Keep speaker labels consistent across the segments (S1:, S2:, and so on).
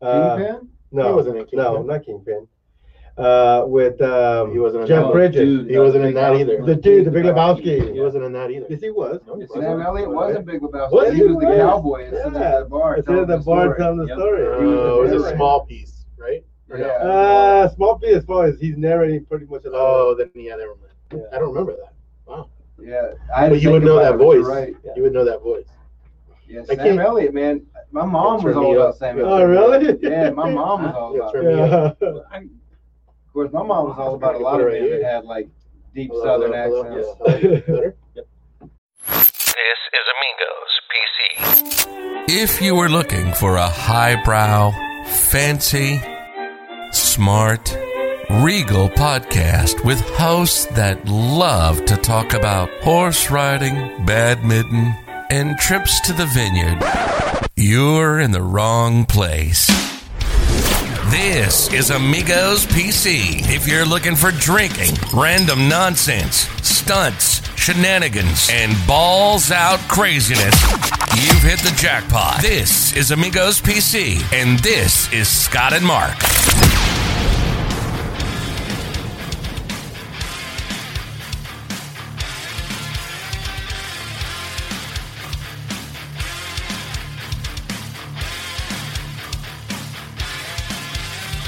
S1: Uh,
S2: Kingpin?
S1: no,
S2: He wasn't in
S1: no,
S2: Kingpin.
S1: not Kingpin. Uh, with um,
S2: He wasn't in
S1: Jeff
S2: that.
S1: Bridges.
S3: Oh, Dude,
S2: He wasn't in that either.
S1: The dude, the Big Lebowski.
S2: He wasn't in that either.
S1: Yes, he was.
S2: No, he wasn't.
S3: Sam Elliott was a big Lebowski.
S1: Was
S3: he,
S1: he?
S3: was the
S1: Was.
S3: cowboy instead
S1: Yeah.
S3: of the bar.
S1: Instead of the bar telling the
S3: Yep.
S1: story.
S2: Uh,
S3: He was a
S2: it was a
S3: veteran.
S2: small piece, right? Or no?
S3: Yeah.
S1: Uh, small piece as far as he's narrating pretty much a lot.
S2: Oh, then yeah, never mind.
S1: Yeah.
S2: I don't remember that.
S3: Yeah, I
S2: But
S3: had to
S2: you
S3: think
S2: would know
S3: about
S2: that
S3: it, but you're
S2: voice.
S3: Right.
S1: Yeah.
S2: You would know that voice.
S3: Yeah,
S2: I
S3: Sam
S2: can't-
S3: Elliott, man. My mom was
S2: turned
S3: all
S2: me
S3: about
S2: up.
S3: Sam
S1: Oh,
S3: Elliott.
S1: really?
S3: Yeah, my mom was all
S2: Yeah,
S3: about.
S2: turned
S3: it.
S2: me up.
S1: Yeah.
S3: Of course, my mom was all about a lot of men that had like deep
S2: Hello,
S3: Southern
S2: hello, hello,
S3: accents.
S2: hello. Better?
S4: This is Amigos PC.
S5: If you were looking for a highbrow, fancy, smart, regal podcast with hosts that love to talk about horse riding, badminton, and trips to the vineyard, you're in the wrong place. This is Amigos PC. If you're looking for drinking, random nonsense, stunts, shenanigans, and balls out craziness, you've hit the jackpot. This is Amigos PC, and this is Scott and Mark.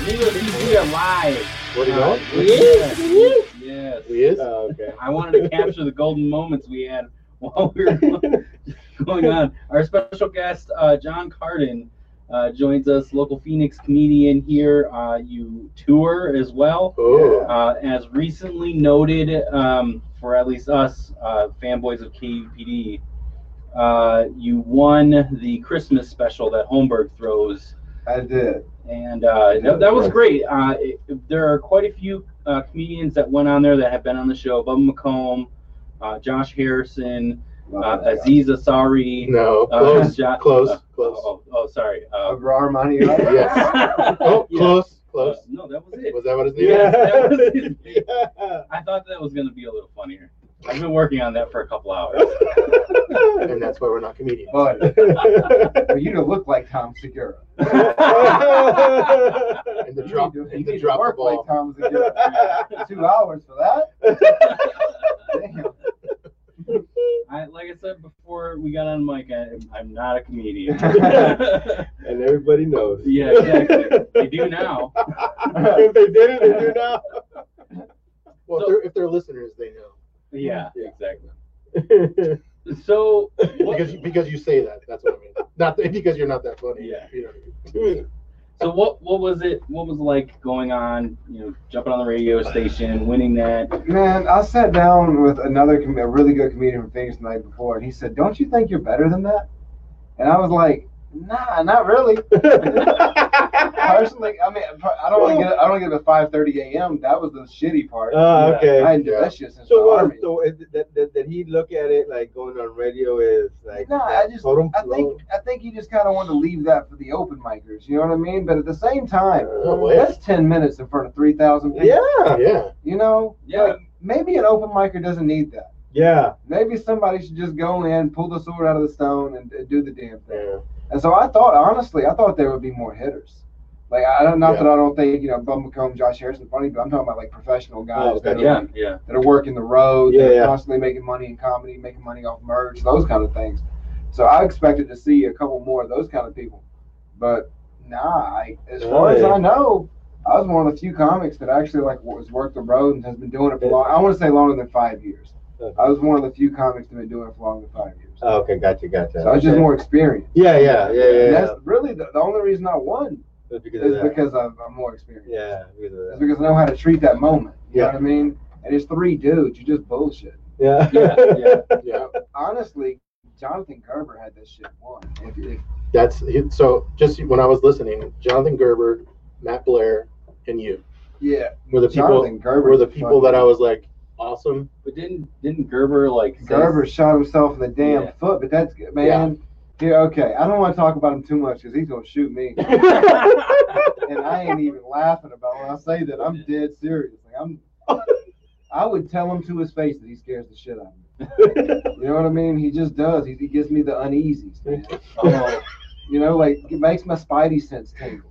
S3: Amigos PC are live.
S2: Where are you going?
S3: Yes. Yes.
S2: We is?
S1: Oh, okay.
S3: I wanted to capture the golden moments we had while we were going on. Our special guest, uh, John Cardin, uh, joins us, local Phoenix comedian here. Uh, you tour as well.
S2: Oh.
S3: Uh, as recently noted, um, for at least us uh, fanboys of KUPD, uh, you won the Christmas special that Holmberg throws.
S6: I did.
S3: And uh, that, that was great. Uh, it, there are quite a few uh, comedians that went on there that have been on the show Bubba McComb, uh, Josh Harrison, uh, Aziz Ansari.
S2: No.
S3: uh,
S2: Close.
S3: Jo-
S2: close.
S3: uh,
S2: close.
S3: Oh, oh, sorry. Uh,
S6: Armani.
S2: Yes. Oh,
S3: yeah.
S2: close.
S3: Uh,
S2: Close.
S3: no, that was it.
S2: Was that what his name
S3: Yeah.
S2: was?
S3: that was his name.
S1: Yeah.
S3: I thought that was going to be a little funnier. I've been working on that for a couple hours.
S2: And that's why we're not comedians.
S6: But but you don't look like Tom Segura.
S2: And the
S6: You
S2: drop,
S6: need to-
S2: and
S6: you
S2: the
S6: need to
S2: drop the
S6: work
S2: ball.
S6: like Tom Segura. Two hours for that? Damn.
S3: I, like I said before we got on mic, I, I'm not a comedian.
S1: and everybody knows.
S3: yeah, exactly. They do now.
S1: if they didn't, they do now.
S2: Well, if
S3: So-
S2: they're, if they're listeners, they know.
S3: Yeah, exactly.
S1: yeah,
S3: So, what,
S2: Because, because you say that. That's what I mean. Not that, because you're not that funny.
S3: Yeah.
S2: You know what I mean?
S3: so what? What was it? What was it like going on? You know, jumping on the radio station, winning that.
S6: Man, I sat down with another com- a really good comedian from Phoenix the night before, and he said, "Don't you think you're better than that?" And I was like, "Nah, not really." Personally, I mean, I don't want to get I don't wanna get up at 5:30 a.m. That was the shitty part.
S1: Ah, okay.
S6: I didn't do
S2: Yeah.
S6: that shit since
S1: So
S6: the
S1: what?
S6: army.
S1: So uh, is it that, that that he look at it like going on radio is like
S6: No,
S1: that
S6: I just-
S1: totem
S6: I think
S1: oh.
S6: I think you just kind of want to leave that for the open micers. You know what I mean? But at the same time,
S2: No way.
S6: that's ten minutes in front of three thousand people.
S1: Uh, Yeah,
S2: Yeah.
S6: You know?
S3: Yeah.
S6: Like, maybe an open micer doesn't need that.
S1: yeah.
S6: Maybe somebody should just go in, pull the sword out of the stone, and, and do the damn thing.
S2: Yeah.
S6: And so I thought, honestly, I thought there would be more hitters. Like I don't, not
S2: Yeah.
S6: that I don't think you know Bum McComb, Josh Harrison, funny, but I'm talking about like professional guys
S1: okay.
S6: that are
S3: Yeah, yeah.
S6: that are working the road,
S1: Yeah,
S6: that are
S1: yeah.
S6: constantly making money in comedy, making money off merch, those kind of things. So I expected to see a couple more of those kind of people. But nah, I, as far as
S1: Really?
S6: I know, I was one of the few comics that actually like was worked the road and has been doing it for
S1: Yeah.
S6: long. I want to say longer than five years.
S1: Okay.
S6: I was one of the few comics that been doing it for longer than five years.
S1: Oh, okay, gotcha, gotcha.
S6: so I was just
S1: Okay.
S6: more experienced.
S1: Yeah, yeah, yeah, yeah.
S6: And
S1: yeah.
S6: that's really the, the only reason I won
S1: That's because of
S6: is
S1: that.
S6: because I'm, I'm more experienced.
S1: yeah, because of
S6: It's
S1: that.
S6: because I know how to treat that moment. You
S1: Yeah.
S6: know what I mean? And it's three dudes. You just bullshit.
S1: Yeah,
S3: Yeah, yeah.
S2: Yeah.
S6: honestly, Jonathan Gerber had this shit won. If, if,
S2: That's so. Just when I was listening, Jonathan Gerber, Matt Blair, and you
S6: yeah,
S2: were the people.
S6: Jonathan Gerber
S2: Were the people that I was like awesome.
S3: But didn't didn't Gerber like say-
S6: Gerber shot himself in the damn
S3: Yeah.
S6: foot, but that's man.
S2: Yeah.
S6: Here, okay, I don't want to talk about him too much because he's gonna shoot me, and I ain't even laughing about when I say that. I'm dead serious. Like I'm, I would tell him to his face that he scares the shit out of me. You know what I mean? He just does. He, he gives me the uneasies. man.
S3: Oh,
S6: You know, like it makes my spidey sense tingle.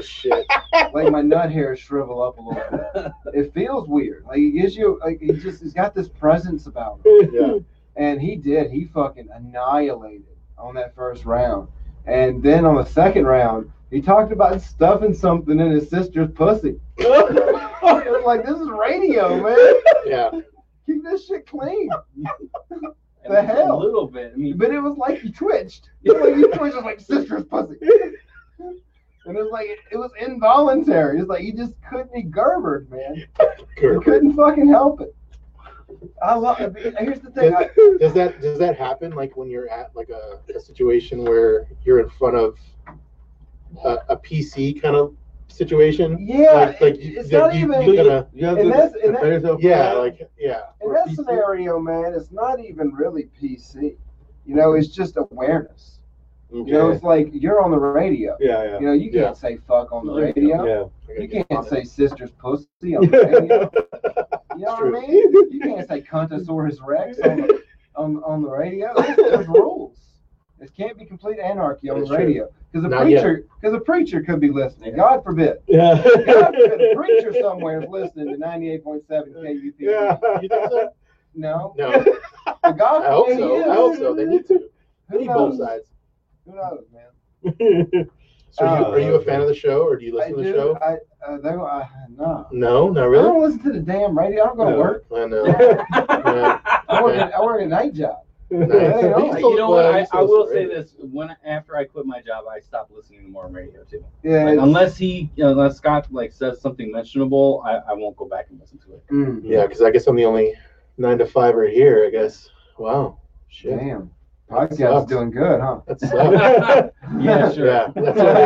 S2: shit.
S6: like my nut hairs shrivel up a little bit. It feels weird. Like he gives you like he just he's got this presence about him.
S2: Yeah.
S6: And he did. He fucking annihilated on that first round. And then on the second round, he talked about stuffing something in his sister's pussy. It was like this is radio, man.
S2: Yeah.
S6: Keep this shit clean.
S3: At
S6: The
S3: least
S6: hell?
S3: A little bit. I mean,
S6: But it was like you twitched. It was like you twitched it was like sister's pussy. And it was like it was involuntary. It's like you just couldn't be Gerbered, man. You
S2: Gerber.
S6: couldn't fucking help it. I love. Here's the thing. I,
S2: Does that does that happen like when you're at like a, a situation where you're in front of a, a PC kind of situation?
S6: yeah,
S2: Like, like
S6: it-
S2: you-
S6: it's
S2: like
S6: not
S2: you-
S6: even.
S2: you gotta-
S1: You have
S6: And
S1: to
S6: that's- and
S1: prepare
S6: that-
S1: yourself. for
S2: yeah,
S1: that.
S2: like yeah,
S6: In
S1: Or
S6: that
S1: PC?
S6: scenario, man, it's not even really PC. You know, it's just awareness.
S1: Okay.
S6: You know, it's like you're on the radio.
S1: yeah,
S6: You know, you can't
S2: Yeah.
S6: say fuck on the
S3: No, you
S6: radio.
S1: yeah,
S6: You can't say sister's pussy on the radio. You know what I
S2: True.
S6: mean? You can't say Cuntosaurus Rex on the, on, on the radio. There's, there's rules. It can't be complete anarchy on
S2: That's
S6: the
S2: true.
S6: radio because a
S2: Not yet.
S6: preacher because a preacher could be listening. God forbid.
S1: yeah,
S6: God forbid a preacher somewhere is listening to 98.7 KUP.
S1: yeah.
S2: You think so?
S6: No.
S2: No, I
S6: But God
S2: hope
S6: forbid he
S2: so.
S6: is.
S2: I hope so. They need to. They
S6: Who
S2: need both
S6: knows?
S2: sides.
S6: Who knows, man?
S2: So are you,
S6: Oh,
S2: are you a
S1: okay.
S2: fan of the show, or do you
S6: I
S2: listen to the
S6: do.
S2: show?
S6: I uh, they, were- I no.
S2: No, not
S6: I
S2: really.
S6: don't listen to the damn radio. I don't go to
S1: No.
S6: work.
S2: I know. Yeah.
S6: I work,
S2: Yeah.
S6: at, I work a night job.
S2: Nice.
S6: Hey,
S2: You
S6: I-
S2: still-
S3: you know what?
S2: well, you
S3: I,
S2: still
S3: I will
S2: listen
S3: say
S2: to radio.
S3: this: when after I quit my job, I stopped listening to more radio too.
S6: Yeah.
S3: Like,
S6: it's-
S3: unless he, unless Scott like says something mentionable, I, I won't go back and listen to it.
S6: Mm,
S2: Yeah, because I guess I'm the only nine to fiver here. I guess. Wow. Shit.
S6: damn.
S2: That
S6: Podcast is
S2: sucks.
S6: doing good, huh?
S2: That sucks.
S3: Yeah, sure.
S2: Yeah, that's what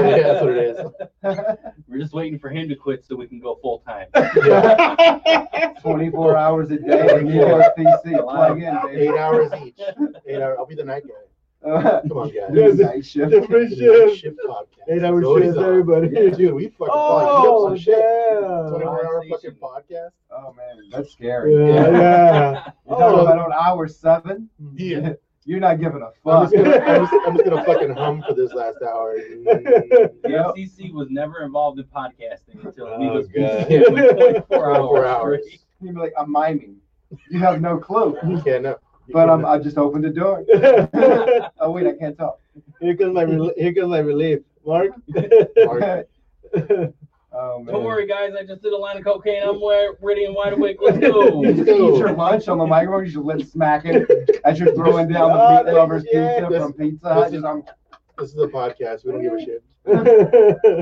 S2: it is. That's what it is.
S3: We're just waiting for him to quit so we can go full time.
S2: Yeah,
S6: 24 hours a day, New York PC. Plug in,
S2: eight
S6: baby.
S2: hours each. Eight hour. I'll be the night guy.
S6: Uh,
S2: Come on, guys.
S6: do the night shift.
S1: Different
S2: Night
S1: shift.
S2: shift podcast.
S1: Eight hour
S2: It's always
S1: shifts,
S2: on.
S1: everybody.
S2: Yeah, dude, we fucking oh,
S1: Oh,
S2: some shit.
S1: damn.
S2: 24 hour fucking
S3: Conversation.
S2: podcast.
S6: Oh, man. That's scary.
S1: Yeah, yeah.
S6: You're talking
S1: Oh.
S6: about on hour seven?
S2: Yeah.
S6: You're not giving a
S2: I'm
S6: fuck.
S2: just, gonna, I'm, just, I'm just gonna fucking hum for this last hour.
S3: The
S6: Yep.
S3: FCC was never involved in podcasting until
S1: Oh,
S3: he was
S1: God.
S3: busy doing 24 hours.
S2: Four hours.
S3: straight.
S6: You'd be like, I'm miming. You have no clue.
S2: Yeah, no.
S6: But um, I just opened the door.
S1: here
S6: Oh, wait, I can't talk.
S1: comes my rel- here comes my relief, Mark.
S2: Mark,
S6: oh, man.
S3: Don't worry, guys. I just did a line of cocaine. I'm wa- ready and wide awake. Let's go.
S6: You just eat your lunch on the microphone, you should let it smack it as you're throwing down
S1: Oh,
S6: the meat lovers
S1: yeah,
S6: pizza
S2: this-
S6: from Pizza Hut.
S2: this is-
S6: Just, I'm,
S2: this is a podcast. We don't give a shit.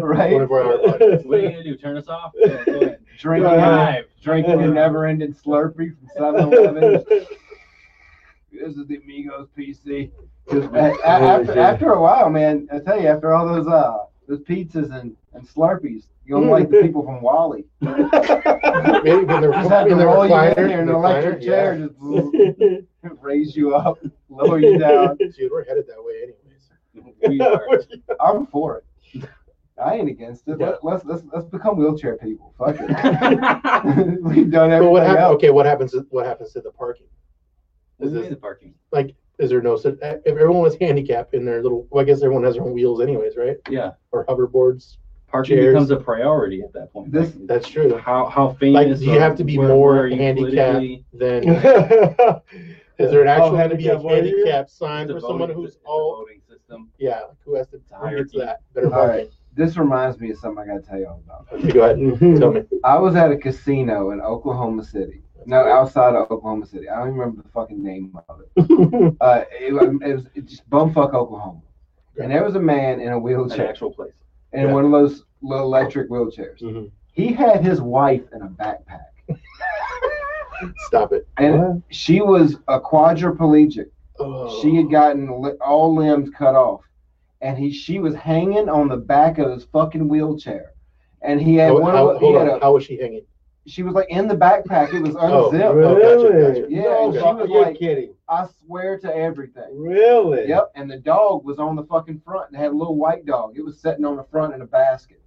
S6: right?
S2: 24 hour podcast.
S3: What are you gonna do? Turn us off? Yeah, go ahead.
S6: Drinking,
S1: Yeah.
S3: Live.
S6: drinking a never ending Slurpee from 7 Eleven. This is the Amigos PC. Just, a- a- after, after a while, man, I tell you, after all those uh those pizzas and, and Slurpees, you don't like the people from Wally.
S2: Maybe when they're,
S6: Just have to
S2: in the
S6: roll you in
S2: recliner,
S6: there in an electric
S2: recliner,
S6: chair,
S2: yeah.
S6: just raise you up, lower you down.
S2: Uh, Dude, we're headed that way, anyways.
S3: We are.
S6: I'm for it. I ain't against it. Let, let's let's let's become wheelchair people. Fuck it. We've done
S2: But
S6: everything
S2: what happens?
S6: else.
S2: Okay, what happens? to- What happens to the parking?
S3: This
S2: Is
S3: is
S2: this,
S3: the parking.
S2: like, is there no? sit- If everyone was handicapped in their little, well, I guess everyone has their own wheels, anyways, right?
S3: Yeah,
S2: Or hoverboards.
S3: parking
S2: Chairs.
S3: becomes a priority at that point.
S6: This-
S2: That's true.
S3: how how famous?
S2: Like, do you
S3: or
S2: have to be
S3: where- where
S2: more
S3: are you
S2: handicapped
S3: politically-
S2: than?
S6: Oh,
S2: Is
S1: Is
S2: there an actual had to be a
S1: handicap one here?
S2: handicap sign
S3: It's a
S2: for someone
S3: voting sys-
S2: who's
S3: it's a
S2: all?
S3: voting system.
S2: Yeah, who has to? Who
S3: Hierarchy.
S2: gets that? Better
S6: All
S2: parking.
S6: right. This reminds me of something I gotta tell y'all about.
S2: Okay, go ahead. Tell me.
S6: I was at a casino in Oklahoma City. No, outside of Oklahoma City. I don't even remember the fucking name of it. Uh, it, wa- it was it's just bumfuck Oklahoma. And there was a man in a
S3: An
S6: wheelchair,
S3: actual place.
S6: in one of those little electric wheelchairs.
S2: Mhm.
S6: He had his wife in a backpack.
S2: Stop it.
S6: And she was a quadriplegic.
S2: Oh.
S6: She had gotten li- all limbs cut off, and he she was hanging on the back of his fucking wheelchair. And he had
S2: How,
S6: one.
S2: how,
S6: of, he
S2: Oh, hold
S6: had
S2: on.
S6: a,
S2: how was she hanging?
S6: she was like in the backpack. It was
S2: Oh,
S6: unzipped.
S2: really?
S6: Yeah,
S1: No,
S6: and she
S1: fuck,
S6: was
S1: you're
S6: like-
S1: kidding.
S6: I swear to everything.
S1: Really?
S6: Yep. And the dog was on the fucking front. and had a little white dog. It was sitting on the front in a basket.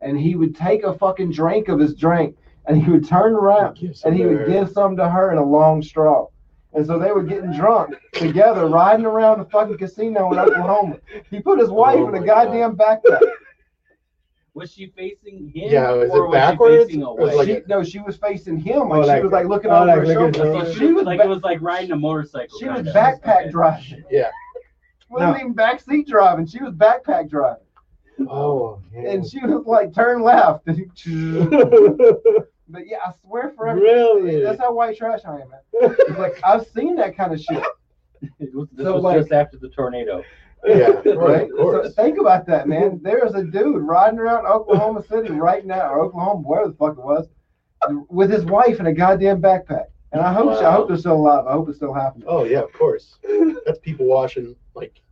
S6: And he would take a fucking drink of his drink, and he would turn around,
S2: Give some
S6: Uh, and he
S2: to
S6: would
S2: her.
S6: give some to her in a long straw. And so they were getting drunk together, riding around the fucking casino in Oklahoma. He put his wife
S1: Oh
S6: in a
S1: my God.
S6: goddamn backpack.
S3: Was she facing him?
S2: Yeah, was
S3: or
S2: it
S3: was
S2: backwards?
S3: she facing
S2: Or was
S3: away?
S2: it like
S6: she,
S2: a-
S6: no, she was facing him.
S1: Oh,
S6: Like she
S1: like-
S6: was like looking
S1: oh,
S6: over
S1: like
S6: her
S1: looking
S6: shoulder.
S1: down.
S3: so she,
S6: she was
S3: like
S6: back-
S3: it was like riding a motorcycle.
S6: She was
S3: kinda.
S6: backpack
S3: Okay.
S6: driving.
S2: Yeah.
S6: Wasn't
S1: No.
S6: even backseat driving. She was backpack driving.
S1: Oh, yeah.
S6: And she was like, turn left. but yeah, I swear forever.
S1: really?
S6: That's how white trash I am, man. It's like I've seen that kind of shit,
S3: It was- This
S6: So,
S3: was
S6: like-
S3: just after the tornado.
S2: Yeah,
S6: right?
S2: right. Of
S6: So
S2: course.
S6: think about that, man. There's a dude riding around Oklahoma City right now, or Oklahoma, where the fuck it was, with his wife in a goddamn backpack. And I hope she, I
S2: Wow.
S6: hope they're still alive. I hope it's still happening.
S2: Oh yeah, of course. That's people washing like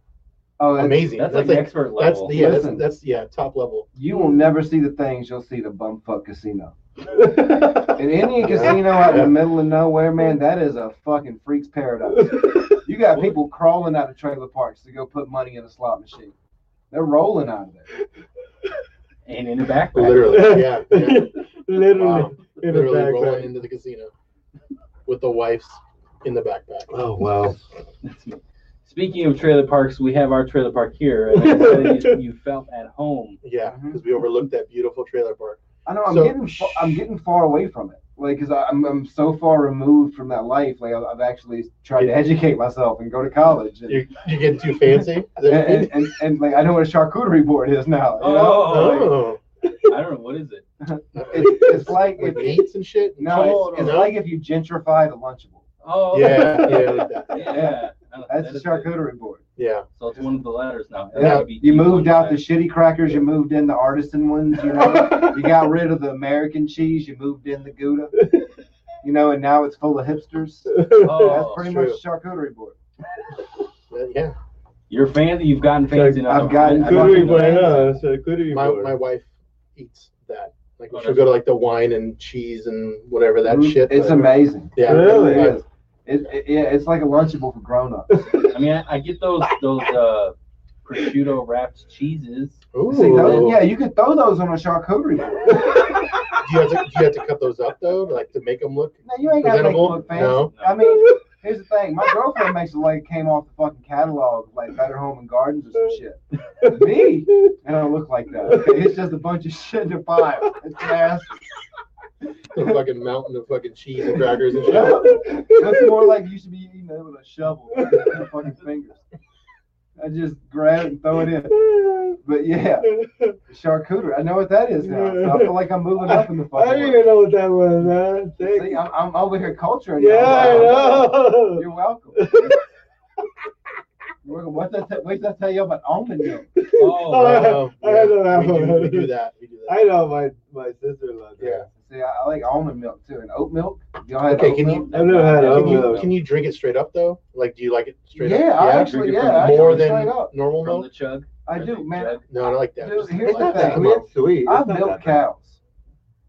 S6: Oh, it's-
S2: amazing.
S3: That's, like
S2: like,
S3: expert
S2: that's
S3: level.
S2: the yeah,
S6: Listen.
S2: that's, that's yeah, top level.
S6: you will never see the things you'll see at a bumfuck casino. An Indian casino out in the middle of nowhere, man, that is a fucking freak's paradise. You got people crawling out of trailer parks to go put money in a slot machine. They're rolling out of there.
S3: and in the backpack.
S2: Literally, yeah. yeah.
S1: Literally.
S2: Wow.
S1: In the
S2: Literally
S1: background.
S2: rolling into the casino with the wives in the backpack.
S1: Oh, wow.
S3: That's me. Speaking of trailer parks, we have our trailer park here. And I'm glad you, you felt at home.
S2: Yeah,
S6: Mm-hmm.
S2: because we overlooked that beautiful trailer park.
S6: I know I'm
S2: So-
S6: getting fa- I'm getting far away from it, like because I'm I'm so far removed from that life. Like I've, I've actually tried to educate myself and go to college, and
S2: You're, you're getting too fancy. Is
S6: and,
S2: that what you mean?
S6: and, and, and, like I know what a charcuterie board is now. You know?
S3: Oh.
S2: Oh,
S3: I don't know what is it.
S6: It's, it's like
S2: with
S6: it,
S2: meats and shit.
S6: no,
S2: Oh,
S6: it's, it's like if you gentrified a Lunchable.
S3: Oh
S2: yeah, yeah, like that.
S3: yeah. No,
S6: That's
S3: that
S6: a
S3: is it.
S6: charcuterie board.
S2: yeah.
S3: So it's one of the letters now. That
S6: Yeah,
S3: would be
S6: you
S3: D1
S6: moved out the
S3: letter.
S6: shitty crackers. You moved in the artisan ones. You know, you got rid of the American cheese. You moved in the Gouda. You know, and now it's full of hipsters. That's
S3: Oh,
S6: pretty
S2: true.
S6: much charcuterie board.
S2: Uh, yeah.
S3: you're fancy. You've gotten fancy
S1: I've
S3: now.
S6: gotten
S3: I- I
S1: Could
S6: good
S3: don't
S1: we
S6: fucking
S3: know.
S1: buy
S6: amazing.
S1: no, so could we
S2: My
S1: buy-
S2: my wife eats that. Like
S3: Oh,
S2: she'll
S3: that's-
S2: go to like the wine and cheese and whatever that
S6: Mhm.
S2: shit.
S6: It's
S2: but-
S6: amazing.
S2: Yeah.
S1: Really?
S6: It is. It, it, yeah, it's like a Lunchable for grown ups.
S3: I mean, I, I get those those uh, prosciutto wrapped cheeses.
S2: Ooh.
S6: See, those, yeah, you could throw those on a charcuterie board.
S2: Do you have to do you have to cut those up though, like to make them look?
S6: Now, you ain't got to make them
S2: Presentable?
S6: look fancy.
S2: No.
S6: I mean, here's the thing. My girlfriend makes it like it came off the fucking catalog, like Better Home and Gardens or some shit. Me, I don't look like that. Okay? It's just a bunch of shit in a pile. It's ass.
S2: The fucking mountain of fucking cheese and crackers and shit.
S1: Oh,
S6: Looks more like you should be eating it with a shovel than your fucking fingers. I just grab it and throw it in. But yeah, charcuterie. I know what that is now. So I feel like I'm moving up in the
S1: I
S6: fucking.
S1: don't
S6: world.
S1: even know what that was, huh? Thank-
S6: See, I'm, I'm over here culturing.
S1: yeah, I
S6: you.
S1: know.
S6: You're welcome. You're welcome. What's that? T- wait till I tell you about almond milk.
S3: Oh,
S1: I-
S2: Oh,
S1: I had
S2: yeah.
S1: that
S2: we, do,
S1: one.
S2: we do that. We do that.
S1: I know my, my sister loves that.
S2: Yeah.
S6: See, I, I like almond milk too, and oat milk. Y'all had
S2: Okay,
S6: oat
S2: can
S6: milk?
S2: you
S1: I've never had
S2: can
S1: almond
S2: you
S1: milk.
S2: can you drink it straight up though? Like, do you like it straight
S6: yeah,
S2: up?
S6: I
S3: Yeah,
S6: actually,
S3: drink it
S6: yeah,
S3: from
S6: I actually
S2: More
S6: straight
S2: than
S6: up.
S2: normal
S3: from the
S2: milk?
S3: chug.
S6: I
S3: From
S6: do,
S3: the
S6: man.
S3: jug.
S2: No, I don't like that.
S6: Dude,
S2: Just
S6: here's
S2: like
S6: the
S2: that.
S1: I
S6: thing.
S2: Come
S1: mean,
S2: on.
S1: it's sweet.
S6: I
S1: It's not
S6: milk
S1: that bad.
S6: cows.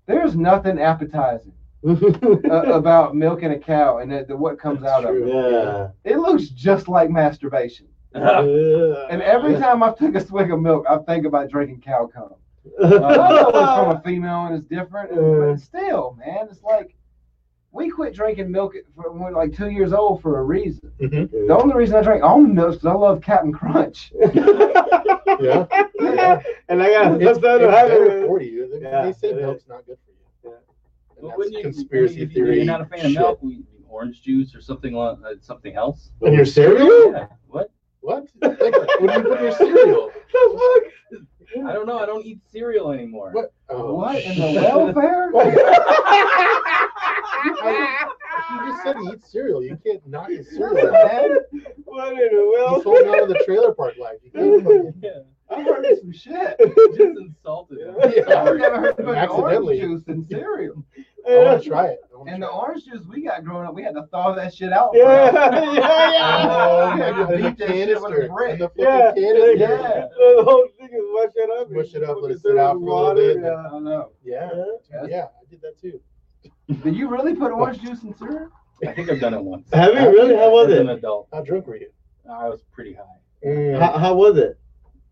S6: There's nothing appetizing uh, about milking a cow and the, the, what comes
S2: That's
S6: out of
S2: true.
S6: it.
S1: yeah.
S6: It looks just like masturbation. And every time I took a swig of milk, I think about drinking cow cum. I know it's from a female and it's different, but still, man, it's like we quit drinking milk at- when we were like two years old for a reason.
S2: Mhm.
S6: The only reason I drink almond milk is 'cause I love Captain Crunch.
S2: Yeah,
S1: and I got
S2: it's,
S1: upset
S2: it's
S1: of
S2: better
S1: having
S2: for you. They-
S1: Yeah,
S2: They say
S1: it
S2: milk's not good for you.
S1: Yeah.
S2: And
S3: Well,
S2: that's
S3: wouldn't you-
S2: conspiracy
S3: if
S2: theory.
S3: You're not a fan
S2: shit.
S3: of milk. We, orange juice or something like uh, something else.
S2: And your cereal?
S3: Yeah. What?
S2: What? Like, what do you put in your cereal?
S1: the
S3: I don't know. I don't eat cereal anymore.
S2: What? Oh,
S6: What in the
S2: shit.
S6: welfare?
S2: You just said eat cereal. You can't not eat cereal.
S6: Man,
S1: fuck? What in the
S2: You sold out
S1: world?
S2: of the trailer park life. You can't fucking-
S3: Yeah.
S6: I heard some shit.
S3: Just insulted. him.
S6: I've
S2: Yeah.
S6: never heard about orange
S2: Accidentally.
S6: juice and cereal.
S2: I want to try it. I wanna
S6: And
S2: try
S6: the
S2: it.
S6: orange juice we got growing up, we had to thaw that shit out.
S1: Yeah, yeah, yeah.
S2: Oh, my God.
S6: Beat
S2: And the
S6: that shit with a
S2: canister.
S6: brick.
S2: And the fucking
S1: Yeah,
S2: canister.
S6: Yeah.
S1: The whole thing is mush it up. and
S2: Mush it up, let it
S1: throw
S2: sit out
S1: in
S2: for a little
S1: water,
S2: bit.
S6: I
S1: yeah.
S6: don't know.
S2: Yeah.
S6: Yes.
S2: Yeah, I did that too.
S6: Did you really put orange juice in cereal?
S3: I think I've done it once.
S1: Have you really? How was
S3: As an
S1: it?
S3: adult,
S2: How drunk were you?
S3: I was pretty high.
S1: How, how was it?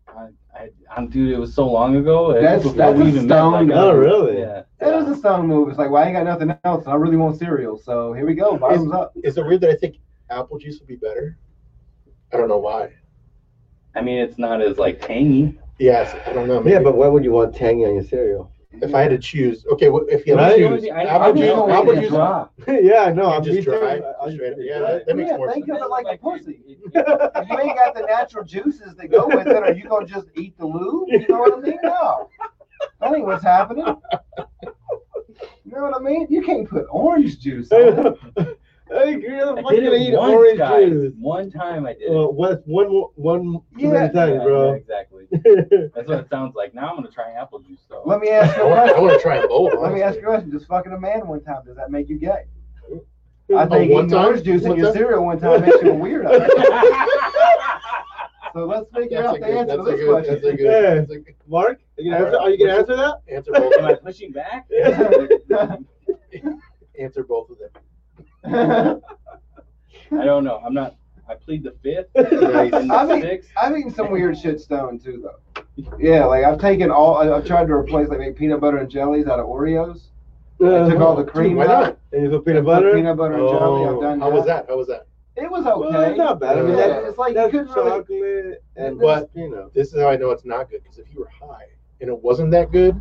S3: I, I, I'm, dude, it was so long ago. It
S6: That's-
S3: was before
S6: that's
S3: we
S6: a
S3: even met,
S6: stone
S3: like, I-
S1: Oh, really?
S3: Yeah.
S6: That was a stone move. It's like, well, I ain't got nothing else, and I really want cereal, so here we go. Bottoms up.
S2: Is it weird that I think apple juice would be better. I don't know why.
S3: I mean, it's not as like tangy.
S2: Yes, I don't know.
S1: Yeah,
S2: Maybe
S1: but why would you want tangy on your cereal?
S2: if I had to choose, okay, well, if you had
S1: Right?
S2: to choose,
S3: I- I
S2: apple
S3: don't
S2: juice,
S3: know.
S2: apple
S3: It's
S2: juice,
S6: dry.
S1: yeah, no, I'm
S2: just
S1: me too.
S2: dry.
S1: I- I-
S2: Just straight up. Yeah, that, that makes
S6: Yeah,
S2: more
S6: thank
S2: sense.
S6: you. Doesn't like a pussy.
S3: It- it-
S6: If you ain't got the natural juices that go with it, are you gonna just eat the lube? You know what I mean? No. That ain't what's happening. You know what I mean? You can't put orange juice
S1: I
S6: on it.
S1: know. Hey, you're
S3: I
S1: the
S3: did
S1: fucking eat
S3: it once,
S1: orange
S3: guys.
S1: juice.
S3: One time I did. it.
S1: Well, what, Uh, one, one too
S6: Yeah,
S1: many times,
S3: Yeah, yeah,
S1: bro.
S3: exactly. That's what it sounds like. Now I'm gonna try apple juice though.
S6: Let me ask you
S2: I
S6: a
S2: want, I
S6: question.
S2: want to try both.
S6: Let me ask you a
S2: honestly.
S6: question. Just fucking a man one time, does that make you gay? I
S1: Oh,
S6: think
S2: one
S6: eating
S2: time?
S6: orange juice in
S2: One
S6: your
S2: time?
S6: cereal one time makes you a weirdo. So let's figure
S2: That's
S6: out
S2: a
S6: the
S2: good.
S6: answer
S2: That's
S6: to
S2: a
S6: this
S2: good.
S6: question.
S2: That's a
S1: Yeah.
S2: good. That's a good
S1: Mark, are you
S2: All
S1: gonna answer,
S2: right.
S1: are you gonna answer that?
S2: answer.
S3: Am I
S2: Both.
S3: pushing back?
S2: answer both of them.
S3: I don't know. I'm not. I plead the fifth.
S2: Nice.
S3: And the
S6: I mean-
S3: sixth.
S6: I've eaten some weird shit stone too, though. Yeah, like I've taken all. I- I've tried to replace like make peanut butter and jellies out of Oreos. I took all the
S2: Dude,
S6: cream
S2: why
S6: out.
S2: not?
S1: And you put
S6: I
S1: peanut
S6: put
S1: butter?
S6: peanut butter and uh, jelly. I've
S1: Oh,
S6: done
S2: How was that? How was that?
S6: It was
S1: Well,
S6: okay.
S1: it's not bad. I mean,
S2: Yeah.
S1: that's,
S6: it's like you
S1: that's
S6: couldn't really.
S1: chocolate and
S2: But-
S1: peanut.
S2: This is how I know it's not good because if you were high and it wasn't that good,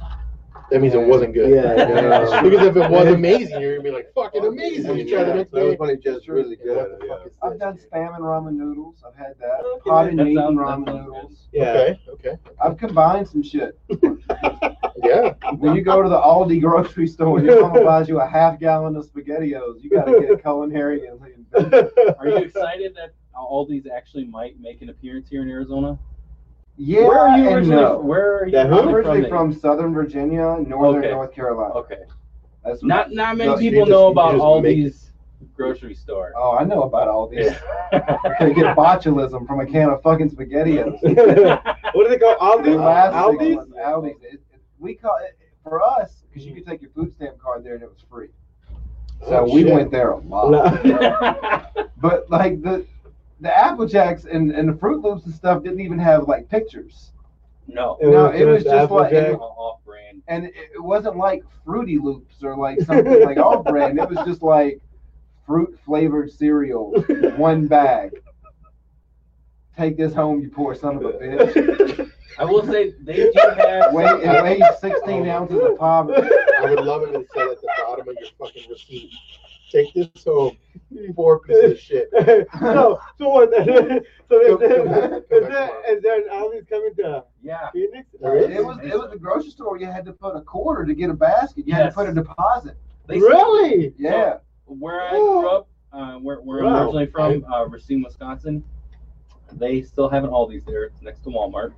S2: that means
S6: Yeah.
S2: it wasn't good.
S1: Yeah,
S6: yeah.
S2: because if it was amazing, you're gonna be like, "Fucking amazing!" You try
S1: Yeah,
S2: the next
S1: that was
S2: day.
S1: probably just really
S2: What
S1: good.
S2: the fuck is
S6: I've
S2: this?
S6: done spam and ramen noodles. I've had that.
S1: Okay,
S6: Pot and
S3: that
S6: meat and
S3: sounds-
S6: ramen
S3: that sounds
S6: noodles.
S1: Yeah.
S2: Okay. Okay.
S6: I've combined some shit.
S2: Yeah.
S6: When you go to the Aldi grocery store and your mama buys you a half gallon of SpaghettiOs, you gotta get a culinary and and-
S3: Are you excited that all these actually might make an appearance here in Arizona?
S6: Yeah,
S3: where are you
S6: and
S3: originally?
S6: no.
S3: Where are you
S1: Yeah, who?
S6: I'm
S3: originally
S6: originally
S3: from?
S6: from Southern Virginia, northern
S3: Okay.
S6: North Carolina.
S3: that- Okay.
S6: That's
S3: Not not many
S2: No, you
S3: people
S2: just-
S3: know
S2: you
S3: about
S2: just
S3: all
S2: make it.
S3: these grocery store.
S6: Oh, I know about all these.
S3: Yeah.
S6: I could get botulism from a can of fucking SpaghettiOs.
S1: what do they call Aldi?
S6: Last
S1: Aldi?
S6: thing was Aldi's. It, it, we call it for us because you could take your food stamp card there and it was free. So
S2: Oh,
S6: we
S2: shit.
S6: went there a lot. But like the the Apple Jacks and, and the Fruit Loops and stuff didn't even have like pictures,
S3: no.
S6: No, it was just
S1: Apple
S6: like-
S1: Jack.
S3: Off brand.
S6: and it, it wasn't like Fruity Loops or like something like off brand. It was just like fruit flavored cereal, one bag. Take this home, you poor son of a bitch.
S3: I will say they do have.
S6: Weigh, it weighs 16 ounces of poverty.
S2: I would love it if it said at the bottom of your fucking receipt, "Take this home, you poor piece of shit."
S1: no, so what? so if there, if
S2: Come- come back- come back
S1: there,
S2: tomorrow.
S1: if there an Aldi's coming to
S3: Yeah.
S1: Phoenix,
S2: There is?
S6: It was it was the grocery store. You had to put a quarter to get a basket. You had
S3: Yes.
S6: to put a deposit.
S3: They
S1: really?
S6: Yeah.
S3: where I grew up, uh, where, where I'm
S1: Wow.
S3: originally from, uh, Racine, Wisconsin, they still have an Aldi's there. It's next to Walmart.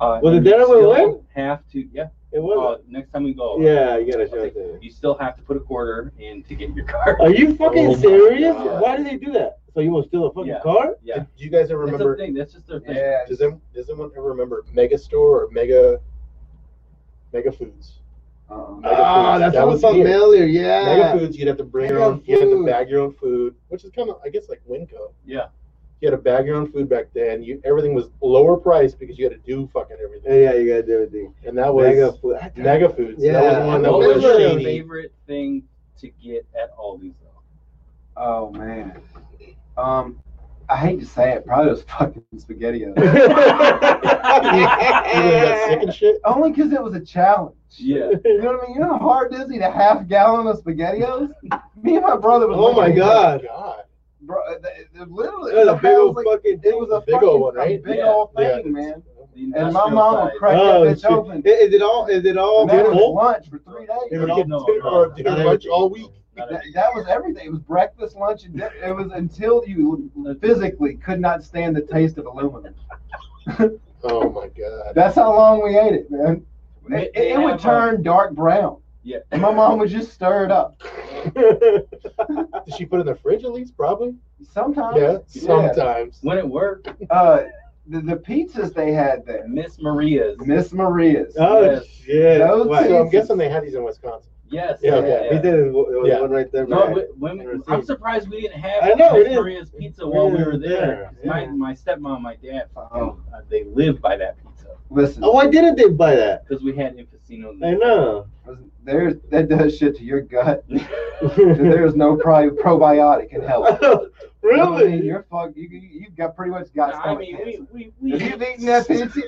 S3: Uh,
S1: Was it
S3: and you
S1: there when we
S3: still Have to, yeah.
S1: It
S3: Uh,
S1: was.
S3: next time we go,
S1: yeah, you gotta show it to me.
S3: You still have to put a quarter in to get your card.
S1: Are you fucking
S2: Oh my
S1: serious?
S2: God.
S1: Why did they do that? So you will steal a fucking
S3: Yeah.
S1: car?
S3: Yeah.
S2: Do you guys ever
S3: That's
S2: remember?
S3: a thing. That's just their thing.
S6: Yeah.
S2: Does them, does anyone ever remember Mega Store or Mega Mega Foods?
S6: Uh-uh.
S2: Mega
S1: Ah,
S2: Foods. That was here.
S1: Yeah.
S2: Mega Foods, you'd have to bring your
S1: Mega
S2: own, you had to
S1: Food.
S2: bag your own food, which is kind of, I guess, like Winco.
S3: Yeah.
S2: You had to bag your own food back then. You everything was lower price because you had to do fucking everything,
S1: Yeah, Oh, yeah, you gotta do everything.
S2: and that was
S1: Mega
S2: Mega,
S1: food.
S2: Foods.
S1: Yeah.
S2: That was the one that
S3: What
S2: was
S3: was your
S1: Remember-
S2: shady.
S3: favorite thing to get at Aldi's though?
S6: Oh man. Um, I hate to say it, probably those fucking SpaghettiOs.
S2: Even that sick and shit.
S6: Only because it was a challenge.
S3: Yeah.
S6: You know what I mean? You know how hard it is to eat a half gallon of SpaghettiOs? Me and my brother was.
S1: Oh
S6: looking
S1: my
S6: at each
S1: God.
S6: other.
S2: Oh, God.
S6: Bro, th- th- literally,
S1: It was a big old
S6: like-
S1: fucking
S6: It was a
S2: Big
S6: fucking,
S2: old one,
S6: a
S2: right?
S6: big
S3: Yeah.
S6: old
S2: Yeah.
S6: thing, man.
S3: The
S6: And my
S3: industrial
S6: mom would
S3: size.
S6: crack
S1: Oh,
S6: that bitch
S1: shit.
S6: open.
S1: I- Is it all? Is it all?
S6: And that was
S1: full?
S6: lunch for three days.
S1: It
S2: They
S1: was
S2: would
S1: all-
S2: get dinner or dinner lunch all week.
S3: Not
S6: That, that was everything. It was breakfast, lunch, and dinner. It was until you physically could not stand the taste of aluminum.
S2: Oh my god.
S6: That's how long we ate it, man. It,
S3: They
S6: it would
S3: have, uh,
S6: turn dark brown.
S3: Yeah.
S6: And my mom would just stir it up.
S2: Did she put it in the fridge at least? Probably.
S1: Um,
S6: Sometimes.
S2: Yeah. Sometimes.
S3: When it worked,
S6: Uh, the, the pizzas they had there,
S3: Miss Maria's.
S6: Miss Maria's.
S1: Oh
S3: Yes.
S1: shit!
S6: Those
S1: Wow.
S2: So I'm guessing they had these in Wisconsin.
S3: Yes.
S1: Yeah,
S2: Yeah, okay.
S1: we did it. was
S2: Yeah.
S1: one right there.
S3: No,
S1: man.
S3: we- when, I'm surprised we didn't have
S1: I know, it
S3: Miss
S1: is-
S3: Maria's pizza while we
S1: it
S3: were
S1: is
S3: there.
S1: there,
S3: 'Cause My,
S1: yeah.
S3: my stepmom, my dad, fucking,
S6: Oh.
S3: uh, they lived by that pizza.
S6: Listen,
S1: Oh, why didn't they buy that?
S3: because we had Infocino.
S1: I know.
S6: listen, there's that does shit to your gut. there is no pri- probiotic in hell. You know what I mean?
S1: really?
S6: You're fuck. You, you, have got pretty much got
S3: I
S6: stomach
S3: mean,
S6: cancer.
S3: we we we
S6: If you've eaten that fancy,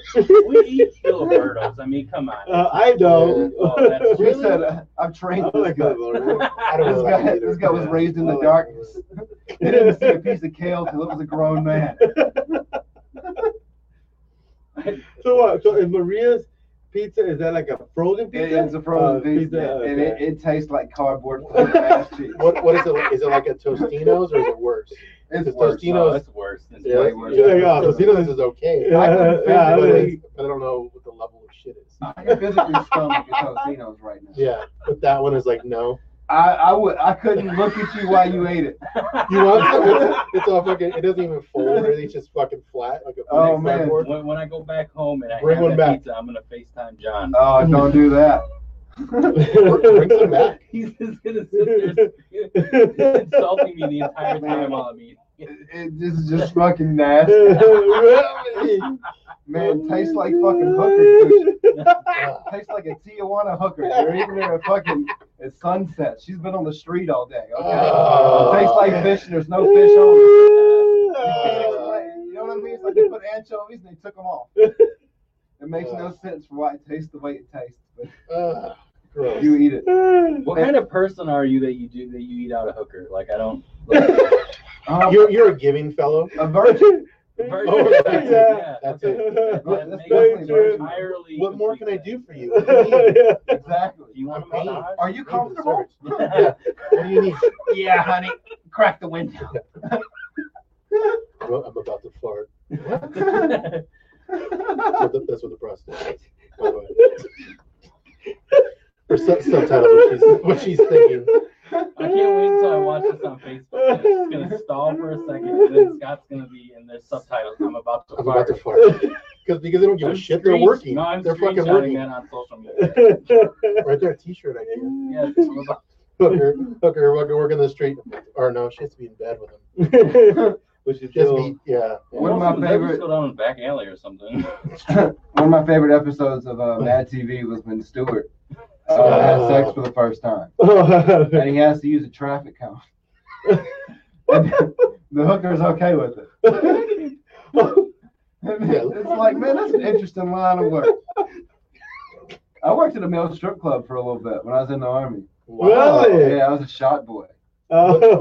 S3: we eat Filibertos. I mean, come on.
S1: Uh, I don't.
S3: Yeah. Oh, that's-
S6: you said uh, I've
S1: I
S6: trained
S1: don't
S6: this
S1: like
S6: guy.
S1: that one.
S2: I don't
S6: This
S2: know.
S6: guy, this guy was raised in the darkness. He didn't see a piece of kale till it was a grown man.
S1: So what? So is Maria's pizza is that like a frozen pizza?
S6: It, it's a
S1: Oh,
S6: frozen pizza, and it,
S1: okay.
S6: it tastes like cardboard flavored ass cheese.
S2: What, what is it? Like? Is it like a Tostino's or is it worse?
S6: It's
S2: It's
S6: worse.
S2: Tostino's.
S3: that's worse. That's
S2: Yeah,
S3: way
S2: like,
S3: worse.
S1: Yeah, yeah.
S2: Tostino's is okay.
S1: Yeah,
S2: I can
S1: yeah, it
S2: physically-
S1: is.
S2: but I don't know what the level of shit is.
S6: I can physically stomach a Tostino's right now.
S2: Yeah, but that one is like no.
S6: I, I would I couldn't look at you while you ate it.
S2: You want some? It's, it's all fucking. It doesn't even fold. Really, it's just fucking flat. Like a
S6: Oh,
S2: flat
S6: man.
S2: board.
S3: When, when I go back home and I
S2: Bring
S3: have
S2: one
S3: that
S2: back. Uh,
S3: pizza, I'm gonna Facetime John.
S6: Oh, don't do that.
S2: Bring some back.
S3: He's just gonna sit there insulting me the entire time while I'm eating.
S6: It, it, this is just fucking nasty.
S1: Really?
S6: Man, it tastes like fucking hooker cushion. Tastes like a Tijuana hooker. You're eating her at fucking at sunset. She's been on the street all day. Okay.
S1: Uh,
S2: Oh.
S6: tastes like fish and there's no fish on it. It's
S1: Oh.
S6: like- You know what I mean? It's like they put anchovies and they took them off. It makes no sense for why it tastes the way it tastes, but
S2: Ugh, Ah, gross.
S6: you eat it.
S3: What kind of person are you that you do that you eat out a hooker? Like I don't. Like,
S6: Um,
S2: You're you're a giving fellow.
S6: a virgin.
S2: Oh,
S1: yeah.
S2: that's That's
S3: okay.
S2: it.
S3: That
S6: That's
S3: makes
S6: very
S3: me
S6: true.
S3: entirely
S2: What more can I
S3: complete
S2: do for you? What do you need?
S1: yeah.
S6: Exactly.
S3: You want a
S2: Pain.
S3: massage?
S6: Are you
S2: Pain is
S6: comfortable?
S2: service. Yeah. What do you need?
S6: yeah, honey. Crack the window.
S2: Well, I'm about to fart.
S3: that?
S2: That's what the, that's what the prostitute is. By the way. Or sub- subtitles, what she's, what she's thinking.
S3: I can't wait until I watch this on Facebook. It's just gonna stall for a second, and then Scott's gonna be in there's subtitles. I'm about to
S2: I'm
S3: fart.
S2: about to fart. Because because they don't give
S3: I'm
S2: a shit. They're
S3: screen-
S2: working.
S3: No, I'm
S2: They're fucking
S3: screenshotting
S2: working.
S3: that on social media.
S2: Right there, t-shirt idea.
S3: Yes, I'm about-
S2: Hooker, hooker, fucking work in the street. Or no, she has to be in bed with him.
S1: Which is
S2: She has to
S1: still
S2: be, yeah.
S6: One of my
S3: Let's just
S6: favorite-
S3: Go down a back alley or something.
S6: One of my favorite episodes of uh, Mad TV was when Stewart uh, had sex for the first time,
S1: Oh,
S6: and he has to use a traffic cone. And the hooker's okay with it. It's like, man, that's an interesting line of work. I worked at a male strip club for a little bit when I was in the army. Oh,
S2: Wow.
S1: Really?
S6: Yeah, I was a shot boy.
S2: What,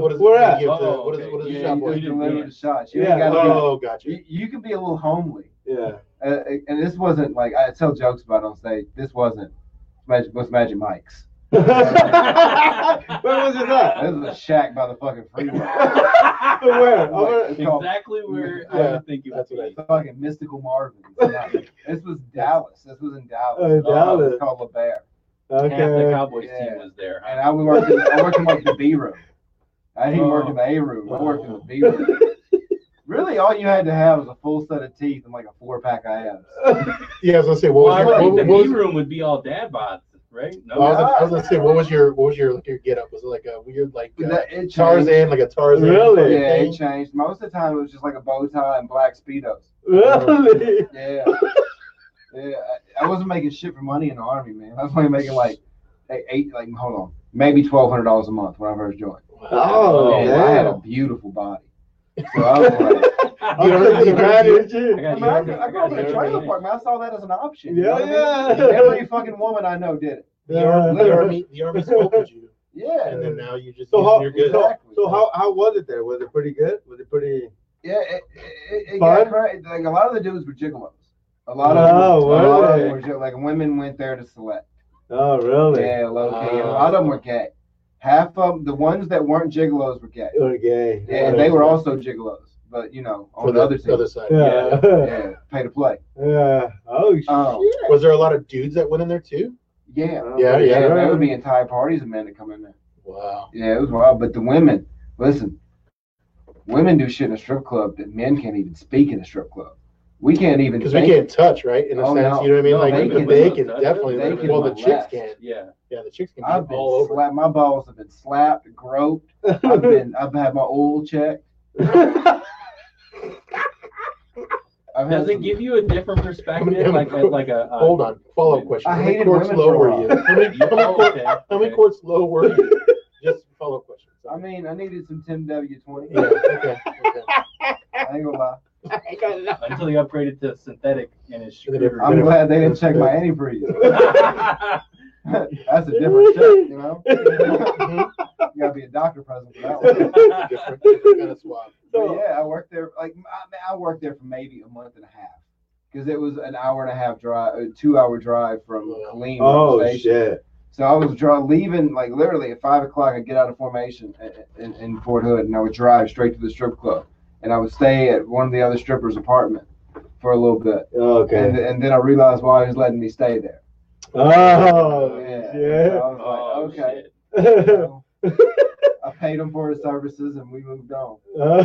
S2: what is
S1: We're
S2: what do you
S1: at.
S2: give to-
S3: Oh,
S2: what is
S3: okay.
S2: what is
S3: Yeah,
S2: a
S6: Yeah,
S2: shop
S6: you
S2: boy?
S6: just
S3: didn't
S6: deliver
S3: do
S6: the
S3: it.
S6: shots. You
S1: Yeah.
S6: ain't gotta
S2: Oh, gotcha.
S6: be, you, you can be a little homely.
S1: Yeah.
S6: Uh, and this wasn't like I tell jokes about it on stage. This wasn't Magic was Magic Mike's.
S1: Where was it at?
S6: This is a shack by the fucking freeway.
S1: Where?
S6: Like, it's called
S3: exactly where I
S2: Yeah,
S3: would think it would
S2: that's what I
S3: be.
S6: the fucking mystical Marvin. this was Dallas. This was in
S1: Oh,
S6: Dallas.
S1: Dallas.
S6: It's called La Bear.
S3: Half the
S1: Okay.
S3: Cowboys team
S6: Yeah.
S3: was there.
S6: And I was working. I worked in like the B room. I didn't
S3: Oh.
S6: work in the A room. I worked in the B room. Really, all you had to have was a full set of teeth and like a four pack of abs.
S2: Yeah, I was gonna say what
S3: Well, I
S2: was
S3: would
S2: your
S3: think the
S2: what, what
S3: B
S2: was,
S3: room would be all dad bods, right?
S2: I was,
S3: No,
S2: gonna- I was gonna say what was your what was your like your get up? Was it like a weird like
S6: But
S2: uh,
S6: that- it changed.
S2: Tarzan, like a Tarzan?
S1: Really?
S6: Yeah, it
S2: thing?
S6: changed. Most of the time, it was just like a bow tie and black speedos.
S1: Really?
S6: Yeah. yeah. I, I wasn't making shit for money in the army, man. I was only making like eight, eight like hold on, maybe twelve hundred dollars a month when I first joined.
S1: Oh,
S6: And I had a beautiful body. So I was like,
S1: You heard me, man, didn't
S3: I
S1: you?
S3: got
S6: I mean, I, grew- I
S3: you.
S6: grew up in
S3: I
S6: a
S3: got
S6: trailer
S3: you.
S6: park, man. I saw that as an option. you
S1: Yeah,
S6: know what I mean?
S1: yeah.
S6: Every fucking woman I know did it.
S2: The, army, the army, the army sculpted you,
S6: Yeah.
S2: and then now you just
S1: So how,
S2: you're good.
S1: so, so how how was it there? Was it pretty good? Was it pretty?
S6: Yeah, it, it, it
S1: Fun?
S6: got crazy. Like a lot of the dudes were gigolos. A lot of
S1: Oh,
S6: them, a lot of them
S1: really?
S6: were gi- like women went there to select.
S1: Oh, really?
S6: Yeah, low key. And a lot of them were gay. Half of 'em- the ones that weren't gigolos were gay.
S1: You were gay.
S6: Yeah, and they were also gigolos, but you know, on
S2: For
S6: the other team.
S2: other side.
S1: Yeah.
S6: Yeah, pay to play.
S1: Yeah. Oh,
S6: Um,
S1: shit.
S2: Was there a lot of dudes that went in there too?
S6: Yeah,
S1: Oh,
S2: Yeah,
S6: yeah,
S2: yeah.
S6: there would be entire parties of men to come in there.
S2: Wow.
S6: Yeah, it was wild. But the women, listen, women do shit in a strip club that men can't even speak in a strip club. We can't even
S2: Because we
S6: think-
S2: can't touch, right? In a
S6: Oh,
S2: sense,
S6: no.
S2: you know what I mean?
S3: No,
S2: like
S6: they
S2: but
S6: can-
S2: they can definitely.
S6: they can
S2: well, the chicks
S6: molest.
S2: can.
S3: Yeah.
S2: Yeah, the chicks can
S6: I've
S2: jump
S6: been
S2: all over.
S6: slapped. My balls have been slapped, groped. I've been. I've had my oil checked. I've had
S3: Does it
S6: some-
S3: give you a different perspective,
S2: How many-
S3: like a, like a uh,
S2: Hold on. Follow up question.
S6: I
S2: How many
S6: hated
S2: courts
S6: women
S2: low
S6: for a
S2: were
S6: while.
S2: you? How many, how many,
S3: Oh,
S2: courts,
S3: okay,
S2: how many
S3: okay.
S2: courts low were you? Just follow up question.
S6: I mean, I needed some 10W20.
S2: Yeah. Okay. okay.
S6: I ain't gonna lie.
S3: until he upgraded to synthetic and his
S2: And then
S3: shooter.
S6: I'm
S2: Yeah.
S6: glad they didn't check my antifreeze. That's a different check, you know? you
S2: Mhm.
S6: gotta be a doctor present for that one.
S2: different, different kind of swab.
S6: But yeah, I worked there. Like I, I worked there for maybe a month and a half because it was an hour and a half drive, a two-hour drive from
S2: Yeah.
S6: Killeen.
S1: Oh
S6: Station.
S1: shit!
S6: So I was dri leaving like literally at five o'clock. I'd get out of formation in- in, in Fort Hood, and I would drive straight to the strip club, and I would stay at one of the other strippers' apartment for a little bit, and,
S1: Okay.
S6: and then I realized why he was letting me stay there.
S1: Oh
S6: So
S1: yeah.
S6: I
S3: Oh,
S6: was like, okay.
S3: shit.
S6: So I paid him for his services, and we moved on.
S1: Uh,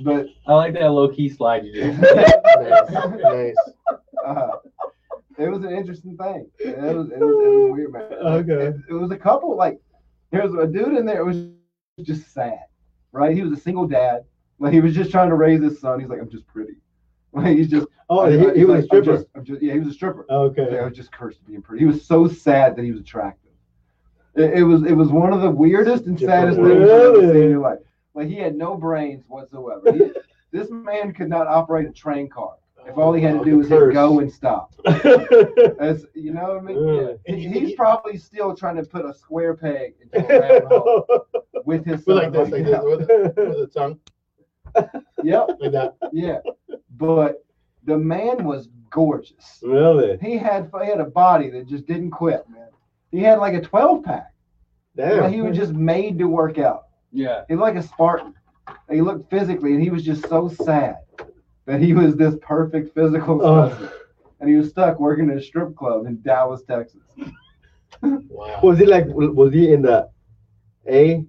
S6: But
S3: I like that low key slide you did.
S2: Nice. Nice.
S6: uh, it was an interesting thing. It was, it was, it was weird, man.
S1: Okay.
S6: It, it was a couple, like, there was a dude in there, it was just sad, right? He was a single dad. Like, he was just trying to raise his son. He's like, I'm just pretty. Like, he's just.
S1: oh,
S6: I-
S1: he,
S6: I-
S1: he was a
S6: like, I'm
S1: stripper.
S6: just- I'm just- yeah, he was a stripper. Yeah, I
S1: Okay.
S6: was just cursed to being pretty. He was so sad that he was attractive. It, it was it was one of the weirdest and
S2: Different
S6: saddest things you've ever seen
S1: Really?
S6: in your life. Like he had no brains whatsoever. He- this man could not operate a train car. If all he had to
S2: Oh,
S6: do was hit
S2: curse.
S6: go and stop. As you know what I mean?
S1: Yeah.
S2: And you-
S6: He's probably still trying to put a square peg into a round hole with his son.
S2: But like this, like this, with, with the tongue,
S6: Yep,
S2: like that.
S6: yeah. But the man was gorgeous.
S1: really?
S6: He had he had a body that just didn't quit, man. He had like a twelve pack. Like,
S1: Damn.
S6: he was just made to work out.
S3: Yeah.
S6: He looked like a Spartan. Like, He looked physically, and he was just so sad that he was this perfect physical specimen,
S1: Oh.
S6: and he was stuck working at a strip club in Dallas, Texas.
S2: Wow.
S1: Was he like? Was he in the A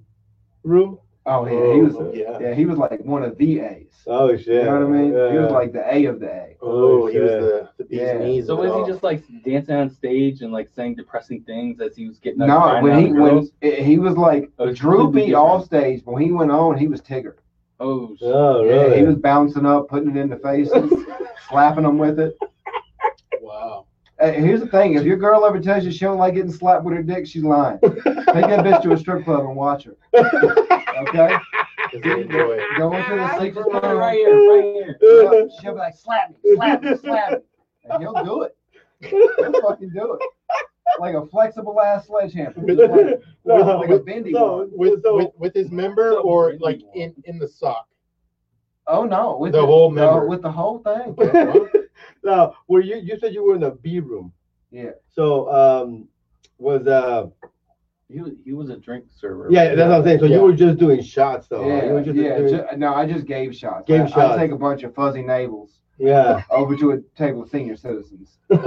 S1: room?
S6: Oh yeah, he was.
S2: yeah.
S6: Yeah, he was like one of the A's.
S1: Oh shit!
S6: You know what I mean? He was
S1: Yeah.
S6: like the A of the A.
S2: Oh, he was
S1: shit.
S2: the, the bee's
S6: Yeah.
S2: knees.
S3: So
S2: of it
S3: was
S2: all.
S3: he just like dancing on stage and like saying depressing things as he was getting up?
S6: No,
S3: and
S6: when he
S3: finding out the
S6: when
S3: girls?
S6: eh, he was like
S3: Oh, it's completely
S6: droopy
S3: different.
S6: off stage, but when he went on, he was Tigger.
S3: Oh, shit.
S1: Oh
S6: Yeah,
S1: really?
S6: he was bouncing up, putting it in the faces, slapping them with it.
S2: Wow.
S6: Hey, here's the thing: if your girl ever tells you she don't like getting slapped with her dick, she's lying. Take that bitch to a strip club and watch her. Okay,
S2: Is he a boy?
S6: go into the
S3: Like,
S6: secret
S3: just put it right
S6: room.
S3: here, right here.
S6: She'll she'll be like, slap me, slap me, slap me, and he'll do it. He'll fucking do it like a flexible ass sledgehammer, just like,
S1: no,
S6: like a bendy
S1: no,
S6: one.
S2: With,
S1: so-
S2: with with his member
S3: So
S2: or
S3: windy
S2: like
S3: one.
S2: in in the sock?
S6: Oh no, with
S2: The whole
S6: no,
S2: member.
S6: with the whole thing.
S1: now, were you? You said you were in the B room.
S6: Yeah.
S1: So, um, was uh,
S3: He was, he was a drink server.
S1: yeah, that's what I'm saying. So
S2: Yeah.
S1: you were just doing shots, though. huh? You
S6: yeah,
S1: were just
S6: yeah.
S1: doing-
S6: ju- no, I just gave shots.
S1: Gave
S6: I,
S1: shots.
S6: I take a bunch of fuzzy navels
S1: yeah.
S6: over to a table of senior citizens.
S2: Uh,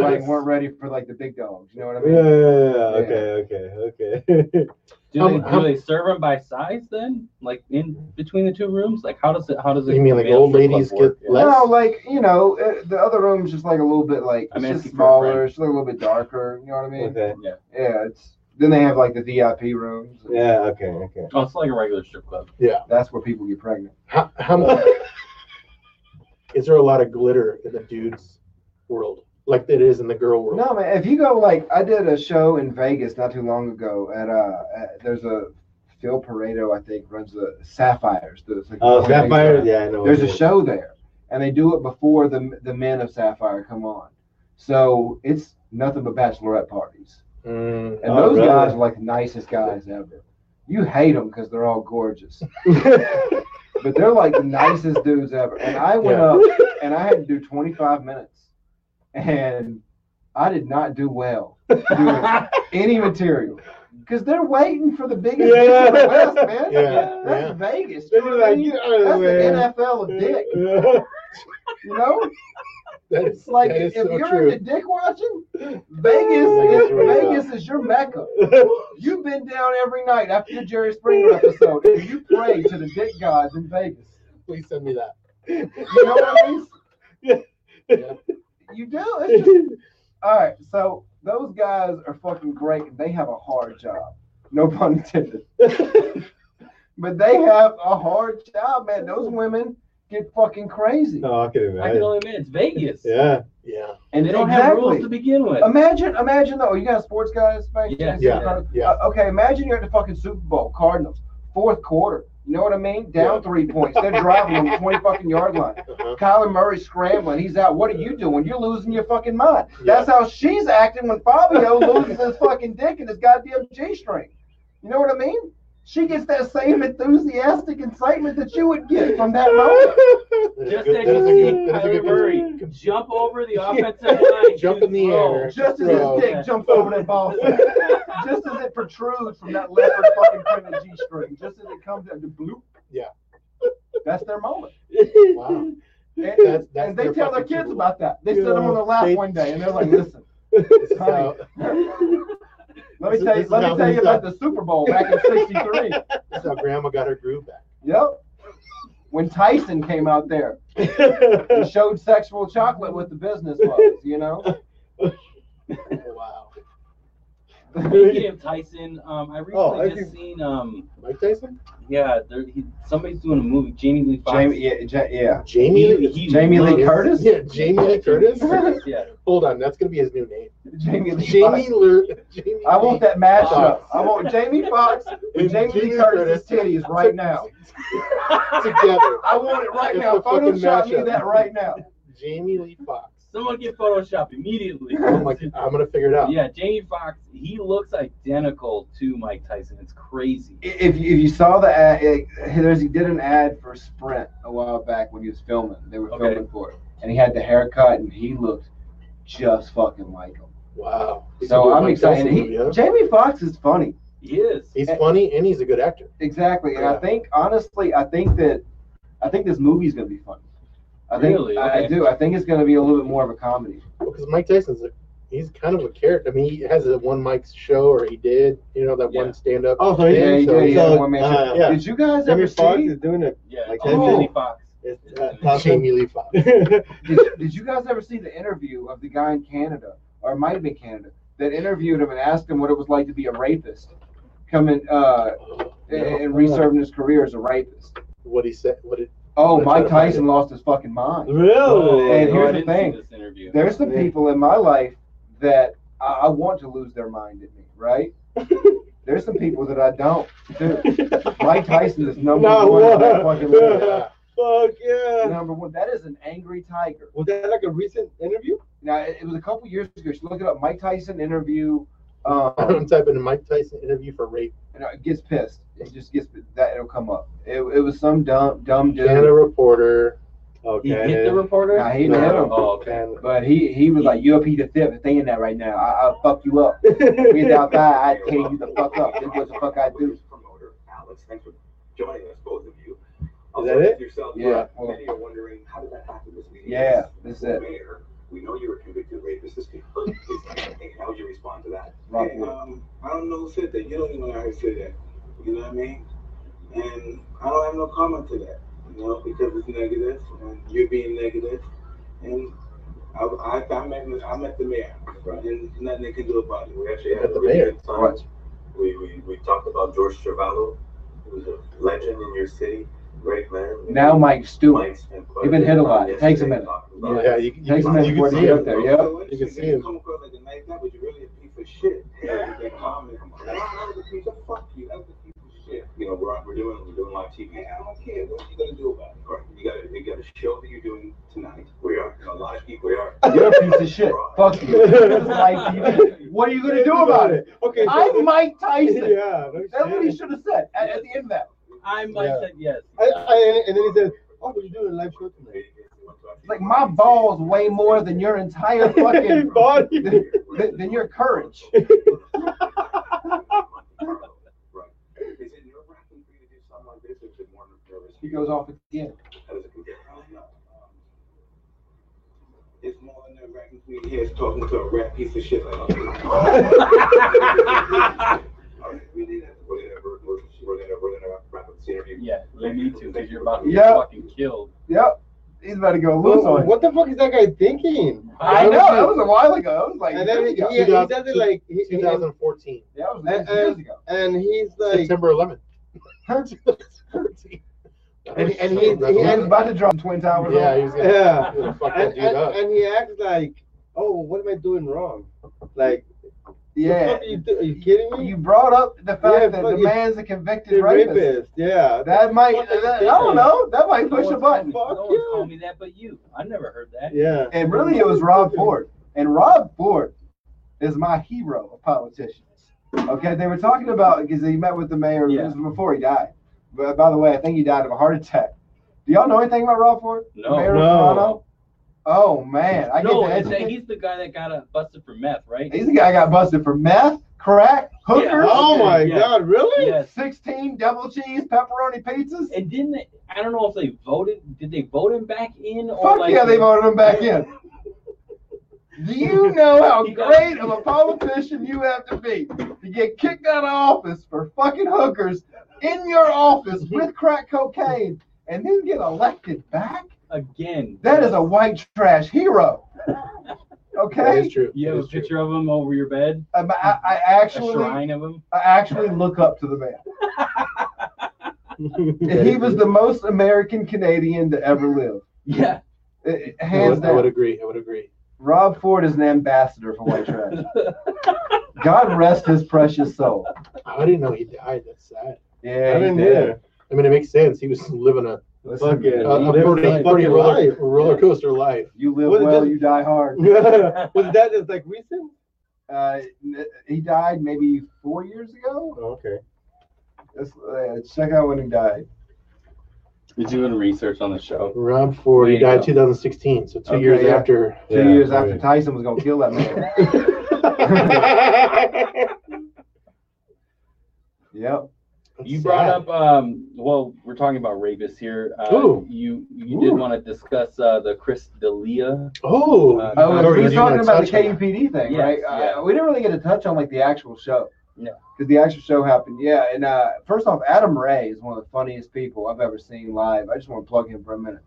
S6: Like
S2: Yes.
S6: weren't ready for like the big dogs. You know what I
S1: Yeah, yeah,
S6: mean?
S1: yeah, Okay, okay, okay.
S3: Do
S2: How-
S3: they,
S2: how-
S3: do they serve them by size then? Like in between the two rooms? Like how does it? How does it?
S2: You mean like
S3: avail
S2: old
S3: for club
S2: ladies
S3: work?
S2: get less?
S6: No, like you know, uh, the other room's just like a little bit like
S3: I'm
S6: it's just
S3: asking for a friend.
S6: smaller, it's just a little bit darker. You know what I mean?
S1: okay.
S3: Yeah.
S6: Yeah, it's then they have like the VIP rooms.
S1: Yeah. Okay. Okay.
S3: Oh, it's like a regular strip club.
S6: That's where people get pregnant.
S2: How, how mu- is there a lot of glitter in the dude's world, like it is in the girl world?
S6: No man, if you go like I did a show in Vegas not too long ago at uh at, there's a Phil Pareto I think runs the Sapphires. The, it's like the
S1: Oh,
S6: morning show.
S1: sapphire. Yeah, I know. what
S6: there's
S1: you
S6: a
S1: mean.
S6: show there, and they do it before the the men of Sapphire come on. So it's nothing but bachelorette parties,
S2: Mm.
S6: and
S1: Oh,
S6: those
S1: really?
S6: guys are like the nicest guys ever. You hate them because they're all gorgeous, but they're like the nicest dudes ever. And I went
S2: Yeah.
S6: up and I had to do 25 minutes, and I did not do well doing any material because they're waiting for the biggest
S1: Yeah.
S6: dick in the West, man.
S2: Yeah,
S6: That's
S2: yeah.
S6: Vegas.
S1: They were like, "Get out of the
S6: That's
S1: way."
S6: the NFL of dick, you know.
S2: That is
S6: It's like
S2: that is
S6: if
S2: so
S6: you're
S2: true.
S6: into dick watching, Vegas
S2: Vegas
S6: is
S2: right now.
S6: Vegas is your mecca. You've been down every night after your Jerry Springer episode, and you pray to the dick gods in Vegas.
S2: Please send me that.
S6: You know what I mean?
S2: Yeah.
S6: You do. It's just, all right. So those guys are fucking great, and they have a hard job. No pun intended. But they have a hard job, man. Those women get fucking crazy.
S1: No, I can
S3: I can
S1: imagine.
S3: only admit it's Vegas.
S1: Yeah.
S2: Yeah.
S3: And they don't have rules to begin
S1: Um,
S3: with.
S6: Imagine, imagine though. You got a sports guy in Spain.
S3: Yeah.
S2: Yeah. Yeah.
S6: Uh, okay, imagine you're at the fucking Super Bowl, Cardinals, fourth quarter. You know what I mean? Down
S2: Yeah.
S6: three points. They're driving on the twenty fucking yard line.
S2: Uh-huh.
S6: Kyler Murray scrambling. He's out. What are you doing? You're losing your fucking mind.
S2: Yeah.
S6: That's how she's acting when Fabio loses his fucking dick in his goddamn G string. You know what I mean? She gets that same enthusiastic excitement that you would get from that moment.
S2: That's
S3: Just
S2: good-
S3: as
S2: that's a
S3: you
S2: good-
S3: see
S2: that's a good-
S3: Kyler Murray jump over the offensive line, Oh,
S2: Jump in the
S3: throw.
S2: air.
S6: Just as
S2: Bro.
S6: his dick jumps over that ball sack. Just as it protrudes from that leopard fucking print G string. Just as it comes out the bloop.
S2: Yeah.
S6: That's their moment.
S2: Wow.
S6: And,
S2: That's- that's
S6: and they
S2: their
S6: tell their
S2: fucking
S6: kids
S2: tool.
S6: about that. They sit them
S1: Yeah.
S6: on the lap
S1: They-
S6: one day and they're like, listen.
S2: This is
S6: Honey,
S2: how-
S6: Let me
S2: This-
S6: tell you.
S2: this is
S6: Let
S2: how
S6: me tell
S2: we
S6: you about the Super Bowl back in '63.
S2: this is how grandma got her groove back.
S6: yep. When Tyson came out there and showed sexual chocolate with the business was, you know.
S2: Wow.
S3: Speaking of Tyson, um, I recently
S1: Oh, I
S3: just
S1: think-
S3: seen um,
S2: Mike Tyson?
S3: yeah, there, he, somomebody's doing a movie. Jamie Lee Fox.
S6: yeah, ja- yeah.
S2: Jamie
S3: He-
S2: Lee.
S3: he
S6: Jamie Lee
S3: loves-
S6: Curtis?
S2: Yeah, Jamie Lee Curtis.
S3: yeah,
S2: Hold on, that's gonna be his new name.
S6: Jamie Lee.
S2: Jamie
S6: Jamie.
S2: Lee. Jamie
S6: I want
S2: Lee
S6: that matchup.
S2: Fox.
S6: I want Jamie Fox and Jamie Lee Curtis' titties right now.
S2: together.
S6: I want it right
S2: It's
S6: now.
S2: the fucking
S6: Photoshop me
S2: matchup.
S6: that right now.
S2: Jamie Lee Fox.
S3: someone get Photoshop immediately.
S2: I'm like, I'm gonna figure it out.
S3: yeah, Jamie Fox. He looks identical to Mike Tyson. It's crazy.
S6: I- if you, if you saw the ad, it, there's he did an ad for Sprint a while back when he was filming. They were
S3: Okay.
S6: filming for it, and he had the haircut, and he looked just fucking like him.
S2: Wow. He's a
S6: So
S2: good
S6: I'm
S2: Mike
S6: excited.
S2: Tyson
S6: He, Eh.
S2: movie, huh?
S6: Jamie Fox is funny,
S3: He is.
S2: He's funny and he's a good actor.
S6: exactly, and I
S2: Yeah.
S6: think honestly, I think that I think this movie's gonna be funny. I think
S3: Really?
S6: I, I
S3: Okay.
S6: do. I think it's gonna be a little bit more of a comedy.
S2: Because Mike Tyson's a, he's kind of a character. I mean, he has a one mic show, or he did, you know, that
S3: Yeah.
S2: one stand up.
S1: Oh, so he-
S6: Yeah, he
S1: so-
S6: did, he
S1: so,
S6: had one man show.
S1: uh, yeah.
S6: Did you guys
S1: Jimmy
S6: ever
S1: Fox
S6: see?
S1: is doing it.
S3: Yeah,
S1: Like
S3: oh,
S6: Tyson?
S3: Jamie Fox.
S1: It's, uh, Tyson.
S2: Jamie Lee Fox.
S6: did, did you guys ever see the interview of the guy in Canada, or it might have been Canada, that interviewed him and asked him what it was like to be a rapist, coming uh, and, and reserving his career as a rapist?
S2: What he said. What it,
S6: Oh,
S2: I'm
S6: Mike
S2: trying to find
S6: Tyson lost his fucking mind.
S1: Really?
S6: And
S3: no,
S6: Oh, here's
S3: I
S6: the
S3: Oh, didn't see
S6: thing.
S3: This interview.
S6: There's some people in my life that I, I want to lose their mind at me, right? There's some people that I don't. Dude, Mike Tyson is number
S1: No,
S6: one. on that
S1: what?
S6: fucking list.
S1: Yeah. Fuck yeah.
S6: Number one. That is an angry tiger.
S1: Was that like a recent interview?
S6: Now it, it was a couple years ago. You should look it up. Mike Tyson interview. Um,
S2: I don't type in Mike Tyson interview for rape.
S6: and it gets pissed. It just gets that it'll come up. It, it was some dumb dumb dude.
S2: Canada reporter.
S1: Okay.
S3: He hit the reporter.
S6: Nah, he didn't hit him.
S3: Oh, okay.
S6: But he he was like, "You up here to fit but they in that right now. I, I'll fuck you up. Get outside, I tear you the fuck up. That's what the fuck I do."
S7: Blues promoter Alex. Thanks for joining us, both of you. I'll
S1: that
S7: start
S1: it?
S7: with Yourself,
S6: Yeah,
S7: but
S6: well-
S7: many are wondering how did that happen this week?
S6: Yeah, that's it.
S7: Mayor, we know you're a convicted rapist. This could hurt. his campaign. How would you respond to that?
S6: Right.
S8: Hey, um, I don't know who said that. You don't even know how to say that. You know what I mean? And I don't have no comment to that, you know, because it's negative and you're being negative. And I, I, I met, I met the mayor, and there's nothing they can do about it.
S7: We actually had
S2: At
S7: a
S2: the
S7: really
S2: mayor.
S7: good time.
S6: Right.
S7: We, we, we talked about George Cervalo, who's a legend in your city, great man.
S6: Now Mike Stewart.
S7: Mike's been quite
S6: He's been hit a lot.
S7: bit
S6: It takes a
S7: yesterday
S6: minute.
S7: talking about
S2: Yeah, you, you,
S6: Takes a
S2: can-
S6: minute
S2: you
S6: before
S2: can
S6: they
S2: see
S6: get
S2: him.
S6: up there. Yeah.
S8: So,
S2: You can see
S8: you
S2: him.
S8: come across like a nice guy, but you're really a piece of shit. Yeah. That comment. I'm not a piece of fuck you. That's a piece of shit.
S7: You know, we're, we're doing we're doing live TV.
S8: Hey, I don't care. What you gonna do about it?
S7: Right. You gotta you gotta show that you're doing tonight. We are. You know, a lot of people are.
S6: You're a piece of shit. Fuck you. This is Mike TV. What are you gonna do about it?
S1: Okay. so-
S6: I'm Mike Tyson.
S1: Yeah. no
S6: That's what he
S1: shit.
S6: should have said at, at the end of that.
S3: I might
S1: Yeah.
S3: said yes.
S1: I, I, and then he says, "Oh, what you doing a live show tonight?"
S6: It's like my balls weigh more than your entire fucking
S1: Body.
S6: than, than- than your courage.
S7: Right. Is it nerve wracking for you to do something like this? Or is it more nervous?
S6: He goes off at the end.
S7: How does it compare?
S8: I don't know. Um, It's more than nerve wracking for me to hear us talking to a rat piece of shit like
S7: All right, we need it. We're gonna we're, we're, we're gonna we're gonna wrap up this interview.
S3: Yeah, you need to because you're about to
S6: Yeah.
S3: get fucking killed.
S6: Yep. He's about to go loose on
S1: Well,
S6: you.
S1: what the fuck is that guy thinking?
S6: I know that was a while ago. That was like
S1: And then he, Uh,
S6: years ago.
S1: he, he does it like he, he-
S2: 2014,
S6: Yeah, that was
S1: And-
S6: years ago.
S1: and he's like,
S2: September 11th. Hurts. Hurts.
S1: And- and he-
S6: He was about to drop Twin Towers.
S2: yeah, he was gonna,
S1: Yeah.
S2: he was gonna fuck
S1: and,
S2: that dude
S1: and,
S2: up.
S1: and he acts like, oh, what am I doing wrong? Like,
S6: yeah.
S1: what are you, do- are you kidding me?
S6: You brought up the fact
S1: Yeah,
S6: that
S1: but
S6: the
S1: you-
S6: man's a convicted
S1: You're
S6: rapist.
S1: Yeah.
S6: That might,
S1: What the
S6: that- I
S1: fuck?
S6: don't know. That might
S3: No
S6: push
S3: one's
S6: a
S3: called
S6: button.
S3: me-
S1: Fuck
S3: No
S1: you.
S3: one called me that but you. I never heard that.
S1: yeah.
S6: And really, it was Rob Ford. And Rob Ford is my hero of politicians. Okay, they were talking about because he met with the mayor.
S3: Yeah.
S6: This was before he died. But by the way, I think he died of a heart attack. Do y'all know anything about Rob Ford?
S3: No.
S6: Mayor of
S1: No.
S6: Toronto? Oh man, I
S3: no,
S6: get
S3: it's
S6: to
S3: that
S6: educate.
S3: he's the guy that got uh, busted for meth, right?
S6: He's the guy that got busted for meth, crack, hookers,
S3: Yeah.
S1: Oh my
S3: Yeah.
S1: God! Really?
S3: Yes.
S6: sixteen double cheese pepperoni pizzas.
S3: And didn't they, I don't know if they voted. Did they vote him back in? Or
S6: Fuck
S3: like,
S6: yeah, they voted him back in. Do you know how
S3: He got-
S6: great of a politician you have to be to get kicked out of office for fucking hookers in your office with crack cocaine and then get elected back?
S3: again.
S6: That is a white trash hero.
S2: That is
S6: Okay,
S2: true.
S3: You
S2: That
S3: have a
S2: is true.
S3: picture of him over your bed,
S6: Um, I, I
S3: a
S6: actually, I
S3: shrine of him.
S6: actually look up to the man. He was the most American Canadian to ever live,
S3: Yeah.
S6: It- it-
S2: I
S6: hands
S2: would, I
S6: down.
S2: would agree. I would agree.
S6: Rob Ford is an ambassador for white trash. God rest his precious soul.
S2: I didn't know he died. That's sad.
S6: Yeah,
S1: I
S6: he
S1: didn't
S6: did.
S1: hear.
S2: I mean, it makes sense. He was living a,
S6: Listen,
S1: Fuck
S2: a,
S1: it.
S2: a
S1: Living
S2: pretty,
S1: his
S2: pretty
S1: fucking
S2: roller,
S1: life.
S2: roller coaster life.
S6: You live
S1: What is
S6: well,
S1: this?
S6: you die hard.
S1: was that just like recent?
S6: Uh, n- he died maybe four years ago.
S1: Oh, Okay.
S6: Let's, uh, check out when he died.
S3: You're doing research on the show.
S2: Rob Ford, he
S3: There you
S2: died
S3: go.
S2: 2016, so two
S6: Okay,
S2: years
S6: yeah.
S2: after.
S6: Two years after Tyson was gonna kill that man. yep.
S3: You brought up. Um, well, we're talking about rapists here. Uh,
S2: Ooh.
S3: You you did
S2: Ooh.
S3: want to discuss uh, the Chris D'Elia.
S2: Oh,
S3: Uh,
S6: Oh,
S2: Lord,
S6: we were
S2: you didn't wanna
S6: talking about the
S2: touch on that.
S6: KUPD thing,
S3: Yes,
S6: right?
S3: yeah.
S6: Uh, we didn't really get to touch on like the actual show.
S3: No.
S6: Because the actual show happened, yeah. And uh, first off, Adam Ray is one of the funniest people I've ever seen live. I just want to plug him for a minute.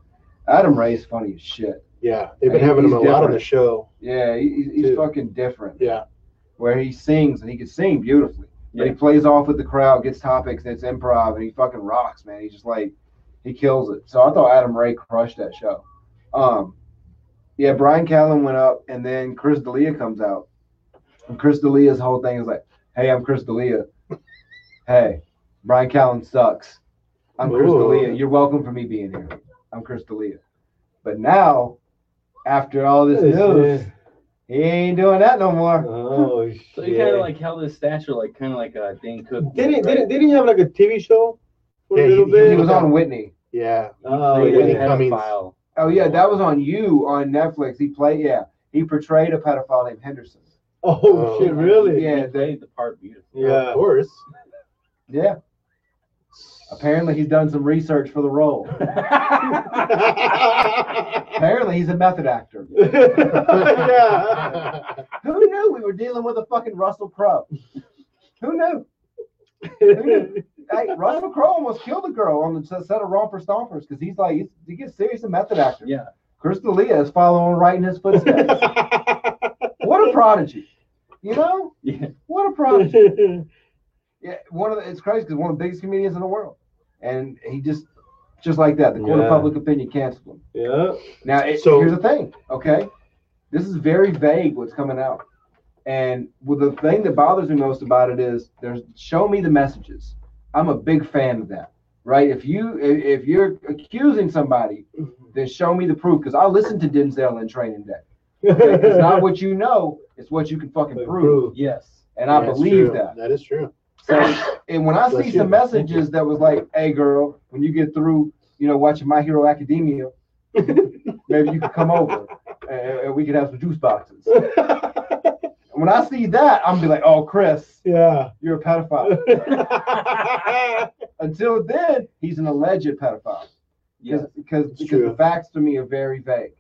S6: Adam Ray's funny as shit.
S2: Yeah, they've been
S6: Hey,
S2: having him
S6: he's
S2: a lot on
S6: different.
S2: the show.
S6: Yeah, he, he's- he's
S2: Dude.
S6: fucking different.
S2: Yeah,
S6: Where he sings and he can sing beautifully. But he plays off with the crowd, gets topics, and it's improv, and he fucking rocks, man. He's just like, he kills it. So I thought Adam Ray crushed that show. Um, yeah, Brian Callen went up, and then Chris D'Elia comes out. And Chris D'Elia's whole thing is like, hey, I'm Chris D'Elia. hey, Brian Callen sucks. I'm Chris
S2: Ooh.
S6: D'Elia. You're welcome for me being here. I'm Chris D'Elia. But now, after all this news, he ain't doing that no more.
S1: Oh shit!
S3: So he kind of like held his stature, like kind of like uh, Dane Cook.
S1: didn't
S3: right?
S1: didn't didn't he have like a TV show for
S2: Yeah,
S1: a
S2: he-
S1: little
S2: he
S1: bit?
S6: He was on Whitney.
S2: yeah.
S1: Oh,
S2: yeah.
S3: Played a
S2: Whitney Cummings.
S3: pedophile.
S6: Oh yeah, that was on you on Netflix. He played yeah. He portrayed a pedophile named Henderson.
S1: Oh,
S2: Oh.
S1: shit! Really?
S6: Yeah,
S3: He played the part beautifully.
S2: of
S1: Yeah.
S2: course.
S6: Yeah. Apparently he's done some research for the role. Apparently he's a method actor.
S1: yeah.
S6: Who knew we were dealing with a fucking Russell Crowe? Who knew? Who knew? Hey, Russell Crowe almost killed a girl on the set of Romper Stompers because he's like he's, he gets serious a method actor.
S3: Yeah.
S6: Chris D'Elia is following right in his footsteps. what a prodigy, you know?
S3: Yeah.
S6: What a prodigy. Yeah, one of the, it's crazy because one of the biggest comedians in the world, and he just just like that, the court
S1: Yeah.
S6: of public opinion canceled him.
S1: yeah.
S6: Now, it,
S2: So-
S6: here's the thing, okay? This is very vague what's coming out, and well, the thing that bothers me most about it is there's show me the messages. I'm a big fan of that, right? If you if if you're accusing somebody, then show me the proof because I listened to Denzel in Training Day. Okay? It's not what you know; it's what you can fucking prove,
S3: Yes.
S6: and I
S2: That's
S6: believe
S2: true.
S6: that.
S2: That is true.
S6: So, and when I
S2: Bless
S6: see
S2: you.
S6: some messages that was like, "Hey, girl, when you get through, you know, watching My Hero Academia, maybe you could come over and, and we could have some juice boxes." when I see that, I'm be like, "Oh, Chris,
S1: Yeah.
S6: you're a pedophile." Until then, he's an alleged pedophile
S3: Yes.
S6: because
S2: It's
S6: because
S2: true.
S6: the facts to me are very vague.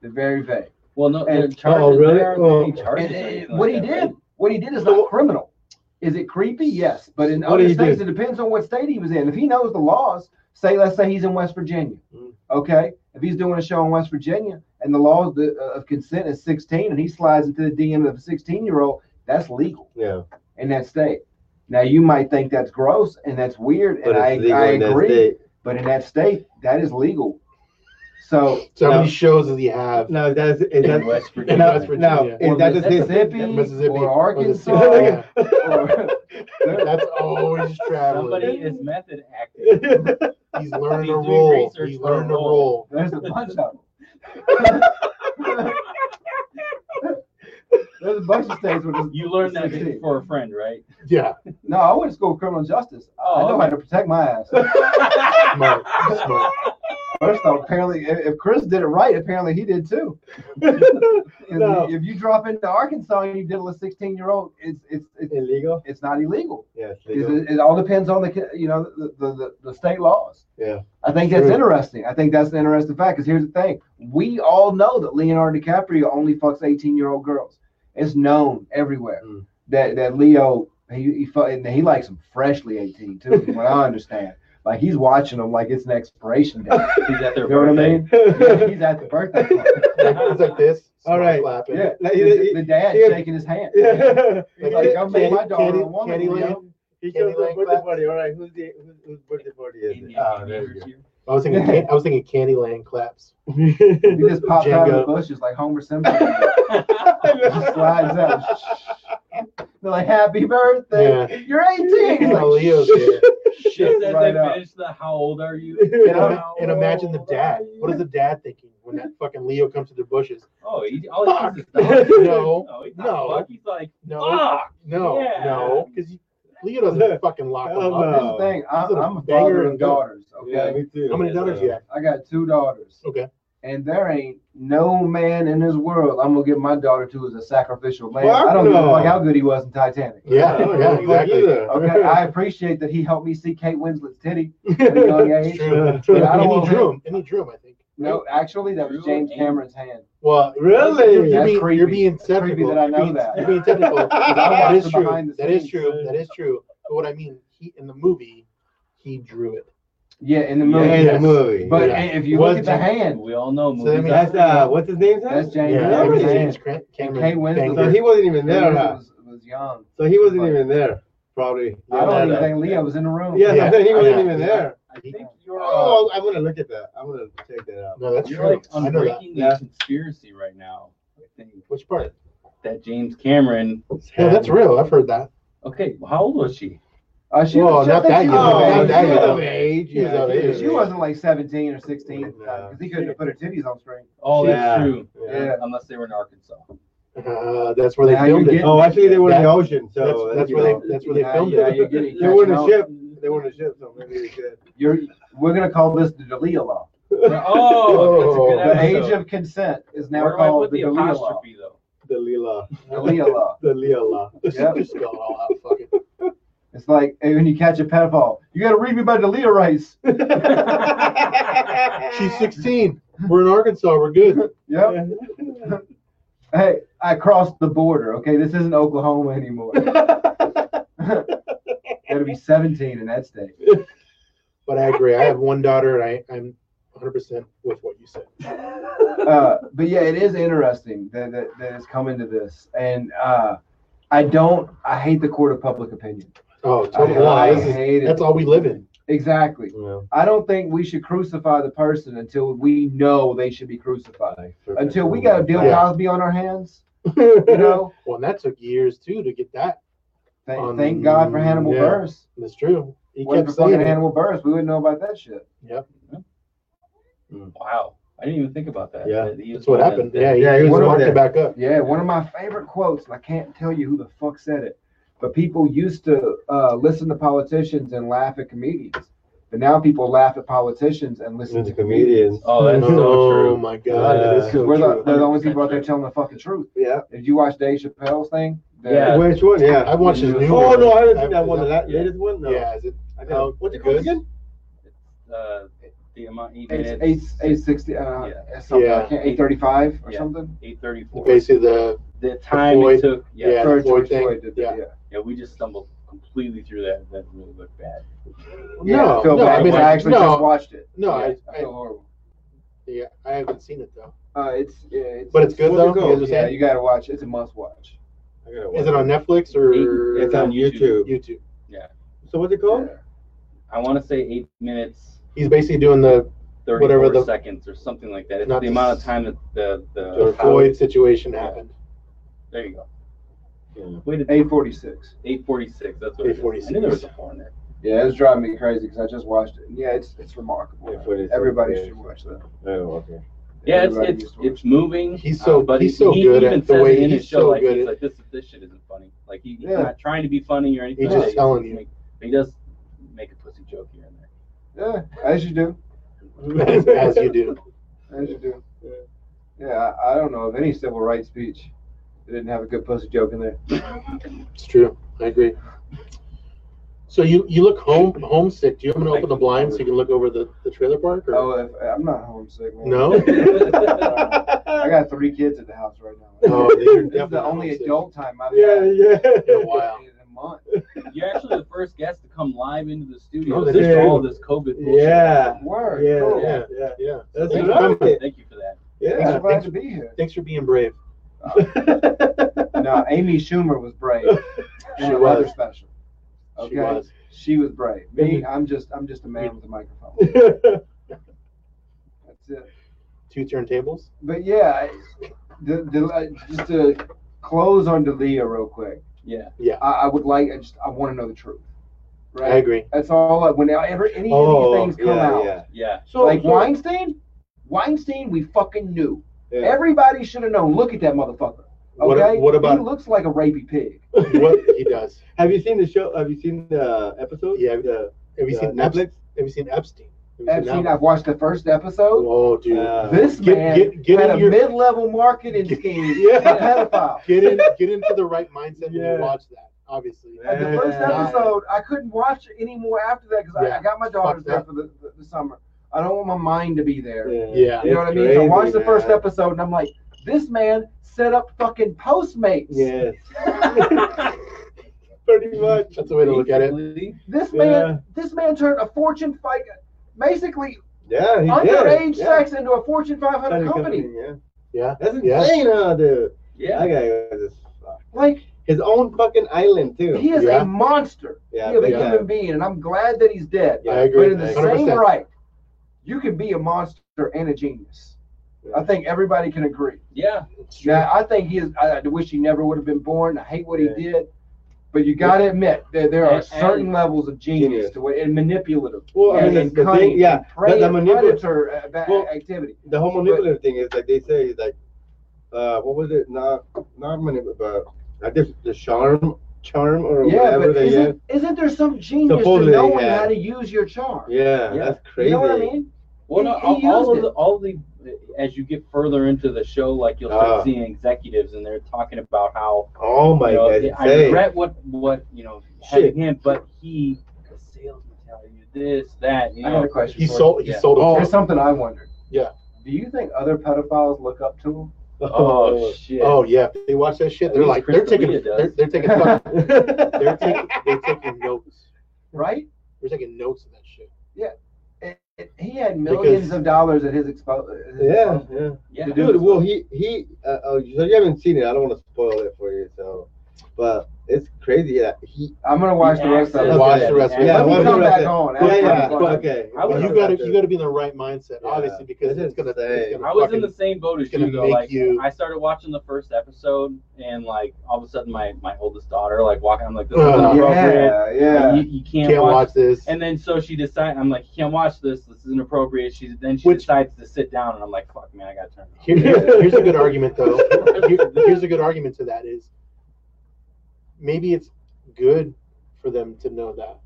S6: They're very vague.
S3: Well, no,
S6: And-
S3: there are charges.
S1: oh, really?
S3: There aren't any
S1: Oh.
S3: charges.
S6: And, uh,
S3: or anything
S6: what
S3: like
S6: he
S3: that,
S6: did,
S3: right?
S6: what he did is not criminal. Is it creepy? Yes, but in
S1: What
S6: other
S1: did he
S6: states,
S1: do?
S6: it depends on what state he was in. If he knows the laws, say, let's say he's in West Virginia,
S1: Mm.
S6: okay. If he's doing a show in West Virginia and the laws the- uh, of consent is 16, and he slides into the DM of a 16 year old, that's legal
S1: Yeah.
S6: in that state. Now you might think that's gross and that's weird, and I, I agree. But in that state, that is legal. So
S2: So how
S1: No.
S2: many shows does he have?
S1: No, that's is
S3: in
S1: that
S3: West Virginia.
S2: In
S1: no,
S2: West
S1: no,
S2: Virginia.
S1: is
S6: Or
S1: that the
S6: Mississippi.
S1: same?
S2: Mississippi
S6: Or
S2: Mississippi.
S6: Arkansas.
S2: Yeah, that's always
S3: Somebody
S2: traveling.
S3: is method acting.
S2: He's learning
S3: He's
S2: a
S3: doing
S2: role.
S3: research
S2: He's
S3: for a
S2: learning a
S3: role.
S2: role.
S6: there's a bunch of them. there's a bunch of states where this-
S3: You learned that
S6: Sixteen.
S3: for a friend, right?
S2: Yeah,
S6: no, I went to school for criminal justice. I
S3: Oh,
S6: know
S3: okay.
S6: how to protect my ass.
S2: smart, smart.
S6: First off, apparently, if if Chris did it right, apparently he did too. If,
S1: No.
S6: you, if you drop into Arkansas and you deal with a 16 year old, it's it's it's,
S1: illegal?
S6: it's not illegal.
S1: Yes,
S6: It's- It, all depends on the ca- you know the the, the, the state laws.
S1: Yeah.
S6: I think that's
S1: True.
S6: interesting. I think that's an interesting fact because here's the thing: we all know that Leonardo DiCaprio only fucks 18 year old girls. It's known everywhere
S1: Mm.
S6: that that Leo he he, fu- and he likes them freshly 18 too, from what I understand. Like he's watching them like it's an expiration date.
S3: He's at their
S6: You know what I
S3: birthday.
S6: mean? Yeah, he's at the birthday party.
S2: It's like this.
S1: All
S2: smart
S1: right.
S2: Clapping.
S6: Yeah,
S1: Like, he-
S6: the,
S1: he-
S6: the dad
S1: he-
S6: shaking his hand.
S1: Yeah.
S6: Like, like, I'm making my daughter a woman.
S2: Candy
S6: you know?
S2: Lane?
S1: He
S2: Candy
S1: goes to
S2: Lane
S1: birthday
S2: clap.
S1: party. All right, who's the who's, who's birthday party is it?
S3: Indian
S2: Oh,
S6: Oh,
S1: Ah,
S3: New
S1: there
S3: Year's
S1: you
S3: year.
S2: I was thinking. Can- I was thinking Candyland claps.
S1: go.
S6: He just pops out of the
S2: Django.
S6: bushes like Homer Simpson. just slides out. They're like, "Happy birthday!
S2: Yeah.
S6: You're 18." He's
S2: Oh,
S6: like,
S2: Leo's there.
S3: Just as
S6: Right
S3: they
S6: up.
S3: finish the how old are you?
S2: And, ima-
S3: How
S2: and imagine the
S3: old
S2: dad.
S3: are you?
S2: What is the dad thinking when that fucking Leo comes to the bushes?
S3: Oh, he, all he
S2: Fuck.
S3: does is dog.
S2: No,
S3: Oh, he's
S2: no.
S3: not fuck. He's like,
S2: No,
S3: fuck.
S2: no,
S3: yeah.
S2: no, because Leo doesn't fucking lock him
S1: Hell
S2: up.
S6: Here's the
S1: no.
S6: thing. I'm,
S2: He's a
S6: I'm a
S2: banger
S6: father
S2: of
S6: and
S2: good.
S6: daughters. Okay,
S1: Yeah, me too.
S2: How many dollars you have?
S6: I got two daughters,
S2: Okay.
S6: and there ain't no man in this world I'm gonna give my daughter to as a sacrificial lamb.
S1: Fuck
S6: I don't give a
S1: no.
S6: fuck how good he was in Titanic.
S2: Yeah,
S1: I don't
S2: yeah,
S1: know about
S2: exactly.
S1: either.
S6: Okay, I appreciate that he helped me see Kate Winslet's titty at a young
S2: It's
S6: age.
S2: true.
S1: Yeah.
S2: true.
S6: Yeah, I don't
S2: And he
S6: want
S2: drew him. And he drew him, I think.
S6: No, actually, that was
S3: Drew
S6: James
S3: and-
S6: Cameron's hand.
S2: Well,
S1: Really?
S2: You're, you're
S6: That's
S2: being, you're
S6: creepy.
S2: being
S6: That's creepy
S2: technical.
S6: that I know
S2: you're being,
S6: that.
S2: You're being technical. that
S6: watched
S2: is
S6: the
S2: true.
S6: behind the
S2: That is
S6: scenes.
S2: true. That is true. But what I mean, he in the movie, he drew it.
S6: Yeah, in the
S3: Yeah,
S6: movie.
S1: In the
S2: Yes.
S1: movie.
S6: But
S2: Yeah.
S6: if you
S2: Was
S6: look at the
S2: James-
S6: hand,
S3: We all know
S2: So
S3: movies.
S2: that means-
S3: are-
S1: that's uh, what's his name?
S6: that's James.
S2: Yeah,
S1: Yeah.
S2: that was
S6: Cameron's hand.
S2: James Cran-
S6: Kate
S2: Cameron.
S6: Winslet
S1: So
S2: Banger.
S1: he wasn't even there.
S6: Cameron
S1: huh?
S6: was, was young.
S1: So he wasn't even there, probably.
S6: I don't
S2: Yeah.
S6: even think Leo was in the room.
S1: Yeah,
S2: Yeah.
S1: I'm saying he wasn't
S2: Yeah.
S1: even there.
S3: I think you're. Uh,
S1: Oh, I'm gonna look at that. I'm gonna check that out.
S2: No, that's
S3: you're
S2: true.
S3: like
S2: I know that.
S3: unbreaking
S1: Yeah.
S3: the conspiracy right now. I think
S2: Which part?
S3: that James Cameron.
S2: Yeah, that's real. I've heard that.
S3: Okay, well, how old was she?
S6: Uh, she
S2: Well,
S6: was, she- I
S2: not
S6: think
S2: that
S6: she
S2: young.
S6: was-
S1: Oh,
S2: Not that
S1: she was
S2: young.
S1: of age.
S2: She was
S1: yeah,
S2: of
S1: she
S2: age.
S6: She wasn't like 17 or 16
S1: No.
S6: because he couldn't have put her titties on screen.
S3: Oh, that's
S1: Yeah.
S3: true.
S6: Yeah.
S3: Unless they were in Arkansas. Oh,
S2: Uh, that's where they
S6: Now
S2: filmed
S6: you're
S2: it.
S6: getting-
S1: Oh, actually, they were in the
S2: That-
S1: ocean, so
S2: that's, that's
S1: you
S2: where
S1: know.
S2: they. That's where they
S6: Yeah,
S2: filmed
S6: yeah,
S2: it.
S6: you're getting
S1: They were in a
S6: catching
S1: ship. They were in a ship, so maybe they could.
S6: You're, we're going to call this the D'Elia law.
S3: Oh, that's a good
S6: The age
S3: episode.
S6: of consent is now
S3: Where do I
S6: called
S3: put
S6: the
S3: the
S6: D'Elia law.
S3: apostrophe though?
S1: The Lila.
S6: D'Elia law.
S1: The Lila.
S6: Yep.
S2: Just spelled all out. Fuck it.
S6: It's like hey, when you catch a pedophile, you got to read me by D'Elia rights.
S2: She's 16. We're in Arkansas. We're good.
S6: Yep. Hey, I crossed the border. Okay, this isn't Oklahoma anymore. Gotta be 17 in that state.
S2: But I agree. I have one daughter, and I, I'm 100% with what you said.
S6: Uh, but yeah, it is interesting that, that, that it's come into this. And uh, I don't, I hate the court of public opinion.
S2: Oh,
S6: I,
S2: totally. No,
S6: I
S2: this is-
S6: hate it.
S2: that's all we live in.
S6: Exactly.
S1: Yeah.
S6: I don't think we should crucify the person until we know they should be crucified. Until we got Bill
S2: Yeah.
S6: Cosby on our hands, you know.
S2: Well, and that took years too to get that.
S6: Th-
S2: Um,
S6: thank God for Hannibal
S2: yeah.
S6: Buress.
S2: That's true. He
S6: Wasn't
S2: kept
S6: for fucking
S2: saying it.
S6: Hannibal Buress, we wouldn't know about that shit.
S3: Wow, I didn't even think about that.
S1: Yeah,
S3: That he was
S2: That's what
S3: one
S2: happened.
S3: that-
S2: Yeah,
S1: Yeah,
S2: he,
S1: he
S2: he
S1: was
S2: marked
S1: there.
S2: it back up.
S6: Yeah, one of my favorite quotes, and I can't tell you who the fuck said it, but people used to uh, listen to politicians and laugh at comedians. But now people laugh at politicians and listen to comedians.
S3: Oh, that's so
S2: oh
S3: true.
S2: my god, that is so
S6: We're the,
S2: true.
S6: they're the only people out there
S3: 100%
S6: telling the fucking truth.
S1: Yeah.
S6: Did you watch Dave Chappelle's thing? The-
S3: Yeah.
S1: Which one? Yeah.
S2: I've watched his new
S1: Oh
S2: one.
S1: no, I haven't seen that one. The
S2: Yeah.
S1: la- latest one? No.
S2: Yeah, is it?
S1: I gotta-
S2: Oh,
S1: What's it called
S2: good?
S1: again?
S3: Uh, the amount he
S6: Eight,
S3: did
S6: eight, eight sixty, uh,
S3: Yeah.
S6: something.
S2: Yeah.
S6: I can't, eight thirty-five or
S3: Yeah.
S6: something.
S3: eight thirty four.
S2: Basically, the
S3: The time
S2: Floyd-
S3: it took. Yeah,
S2: yeah.
S3: yeah,
S2: the
S6: Or
S2: Floyd
S6: George
S2: thing.
S6: Floyd did that,
S2: Yeah.
S6: yeah.
S3: we just stumbled completely through that. That really looked bad.
S6: Yeah, I
S2: no,
S6: feel
S2: no.
S6: bad
S2: I mean,
S6: because I actually
S2: no,
S6: just watched it.
S2: no. I,
S6: I
S2: I,
S6: feel horrible.
S2: yeah, I haven't seen it though.
S6: Uh, it's, yeah, it's,
S2: But it's good
S1: What's it
S2: though. You
S1: called?
S2: guys are
S6: yeah,
S2: saying-
S6: you gotta watch. it. It's a must watch.
S1: I gotta watch
S2: Is it on Netflix or
S1: It's on YouTube.
S2: YouTube?
S1: So what's it called?
S3: I want to say eight minutes,
S2: He's basically doing the, Whatever
S3: thirty-four
S2: the-
S3: seconds or something like that. It's
S2: Not
S3: the
S2: the
S3: amount of
S2: s-
S3: time that the
S2: the
S3: the
S2: Floyd situation happened.
S3: There you go.
S7: Yeah.
S3: Wait,
S6: Eight forty six.
S3: eight forty-six. That's what. it is.
S2: 8:46.
S3: I knew there was a four in there.
S6: Yeah, it's driving me crazy because I just watched it. And yeah, it's it's remarkable. Everybody should watch that.
S1: Oh, okay.
S3: Yeah, it's
S6: Everybody
S3: it's,
S6: needs to watch
S3: it's moving.
S2: He's so-
S3: uh, but
S2: he's
S3: he-
S2: so
S3: he
S2: good
S3: even
S2: at the
S3: says
S2: way-
S3: it in his
S2: he's
S3: show,
S2: so
S3: like,
S2: good
S3: he's
S2: at-
S3: like this this shit isn't funny. Like he, he's
S6: Yeah.
S3: not trying to be funny or anything.
S2: He's just
S3: like that.
S2: telling
S3: He's
S2: you.
S3: make- but he does make a pussy joke here and there.
S6: Yeah, as you do,
S2: As, as you do.
S6: as you do. Yeah, I, I don't know of any civil rights speech that didn't have a good pussy joke in there.
S2: It's true. I agree. So you, you look home homesick. Do you want me to open the blind so you can look over the, the trailer park? Or?
S6: Oh, if, I'm not homesick, man.
S2: No?
S6: I got three kids at the house right now.
S2: Oh, then you're
S6: this is the
S2: definitely
S6: only
S2: homesick.
S6: adult time I've
S1: Yeah,
S6: had
S1: yeah.
S2: a while.
S6: in a month.
S3: You're actually the first guest to come live into the studio.
S2: Oh,
S3: This
S2: that's
S3: is
S1: true.
S3: all this COVID bullshit.
S1: Yeah.
S6: Word.
S1: Yeah,
S6: cool.
S1: yeah, yeah.
S2: Yeah.
S1: That's
S3: Thank
S1: what
S3: you,
S1: I
S3: for,
S1: did.
S3: thank you for that.
S6: I'm
S1: Yeah.
S6: glad to be here.
S2: Thanks for being brave.
S6: No, Amy Schumer was brave in
S2: She
S6: the
S2: was.
S6: weather special. Okay,
S2: She was.
S6: She was brave. Me, I'm just I'm just a man with a microphone. That's it.
S2: Two turntables.
S6: But yeah, I- the, the, uh, just to close on Delia real quick.
S3: Yeah.
S6: I, I would like I just I want to know the truth. Right.
S2: I agree.
S6: That's all. I, whenever any
S1: Oh,
S6: of these things come
S1: yeah,
S6: out,
S1: yeah.
S3: Yeah.
S1: So,
S6: like
S1: so-
S6: Weinstein, Weinstein, we fucking knew.
S1: Yeah.
S6: Everybody should have known. Look at that motherfucker.
S2: What,
S6: Okay.
S2: what about
S6: He looks like a rapey pig.
S2: what he does?
S1: Have you seen the show? Have you seen the episode?
S2: Yeah.
S1: The,
S2: Have you
S1: the
S2: seen Epstein?
S1: Netflix?
S2: Have you seen Epstein? Have you
S6: I've
S2: seen
S6: seen.
S2: that
S6: I've watched the first
S2: one?
S6: episode.
S2: Oh, dude.
S1: Uh,
S6: This
S2: Get-
S6: man
S2: get- get
S6: had
S2: in
S6: a
S2: your-
S6: mid-level marketing
S2: Get-
S6: scheme.
S1: Yeah.
S6: and a pedophile.
S2: get in, get into the right mindset when
S1: Yeah.
S2: you watch that. Obviously.
S1: Yeah.
S6: At the first
S1: Yeah.
S6: episode, I couldn't watch it anymore after that because I,
S2: Yeah.
S6: I got my daughters
S2: Fucked
S6: there
S2: up.
S6: for the, the, the summer. I don't want my mind to be there.
S2: Yeah.
S6: You know what I mean?
S1: It's
S6: so I watched the
S1: crazy,
S6: first
S1: man.
S6: episode and I'm like, this man set up fucking Postmates.
S1: Yes. Pretty much.
S2: That's the way to look at it.
S3: Basically,
S6: This
S1: Yeah.
S6: man, this man turned a Fortune fight, basically
S1: Yeah, he
S6: underage
S1: did. Yeah.
S6: sex into a Fortune 500
S1: Kind of
S6: company.
S1: company, Yeah.
S2: Yeah.
S1: That's
S2: Yeah.
S1: insane, huh, dude?
S3: Yeah.
S1: That guy was just
S6: Like
S1: his own fucking island too.
S6: he is
S2: Yeah.
S6: a monster.
S1: yeah,
S6: he is a
S1: big
S2: yeah.
S1: time.
S6: human being, and I'm glad that he's dead.
S1: Yeah.
S2: I
S6: But
S2: agree.
S6: in the
S2: 100%.
S6: same right, you can be a monster and a genius. I think everybody can agree.
S3: Yeah.
S6: Now, I think he is. I, I wish he never would have been born. I hate what
S1: Yeah.
S6: he did, but you got to admit that there are
S3: And-
S6: certain
S3: and-
S6: levels of genius,
S1: Genius.
S6: to what and manipulative.
S1: Well, I
S6: and
S1: mean, the- the
S6: cunning
S1: thing, yeah,
S6: and prey
S1: the
S6: and
S1: manipul-
S6: predator uh, ba-
S1: Well-
S6: activity.
S1: the whole manipulative thing is like they say like, uh, what was it? Not not manipulative, but I guess the charm, charm or
S6: Yeah,
S1: whatever
S6: but
S1: they have.
S6: isn't, isn't there some genius
S1: Supposedly,
S6: to knowing
S1: yeah.
S6: how to use your charm?
S1: Yeah,
S3: Yeah.
S1: that's crazy.
S6: You know what I mean?
S3: Well,
S6: He-
S3: no,
S6: he
S3: all, all
S6: used
S3: of the,
S6: it.
S3: all of the, as you get further into the show, like you'll start
S1: Ah.
S3: seeing executives and they're talking about how
S1: Oh my
S3: you know,
S1: god,
S3: I
S1: insane.
S3: regret what what you know having
S1: Shit.
S3: him, but he the sales mentality, this, that, you
S6: I got
S3: know.
S6: a question.
S2: He
S6: for
S2: sold. He
S3: Yeah.
S2: sold.
S6: you.
S1: Oh.
S2: all.
S6: Here's something I wondered.
S2: Yeah.
S6: Do you think other pedophiles look up to him?
S3: Oh shit!
S2: Oh yeah, if they watch that shit.
S3: At
S2: They're
S3: least
S2: like
S3: Chris
S2: they're taking
S3: D'Elia
S2: they're,
S3: does.
S2: they're taking fucking, they're taking they're taking notes.
S6: Right?
S2: They're taking notes of that shit.
S6: It, it- he had millions
S2: Because-
S6: of dollars at his exposure.
S1: yeah, yeah.
S3: yeah.
S6: The
S1: Dude, well, he he. Uh, oh, so you haven't seen it. I don't want to spoil it for you. So, but it's crazy. Yeah, he.
S6: I'm gonna watch the rest of it.
S1: Watch
S2: the rest of it.
S1: Yeah,
S6: Let me
S1: watch the
S6: come
S1: rest
S6: back
S1: of it.
S6: on.
S1: Yeah,
S6: after
S1: yeah.
S6: I'm done.
S1: Okay.
S3: I was
S2: But
S3: Yeah.
S2: you gotta you gotta be in the right mindset,
S1: Yeah.
S2: obviously, because
S1: That's
S2: it's gonna,
S1: insane.
S2: it's gonna
S3: I was in
S2: fucking-
S3: the same boat as
S2: gonna
S3: you. Though.
S2: make
S3: Like
S2: you-
S3: I started watching the first episode, and like all of a sudden, my my oldest daughter like walking. I'm like, this is
S2: Ugh.
S3: inappropriate.
S6: Yeah, yeah.
S3: You, you can't,
S2: Oh, can't
S3: watch.
S2: watch this.
S3: And then so she decides. I'm like, you can't watch this. This is inappropriate. She then she
S2: Which-
S3: decides to sit down, and I'm like, fuck, man, I gotta turn. It
S2: Here, here- here's a good argument though. Here- here's a good argument to that is maybe it's good for them to know that.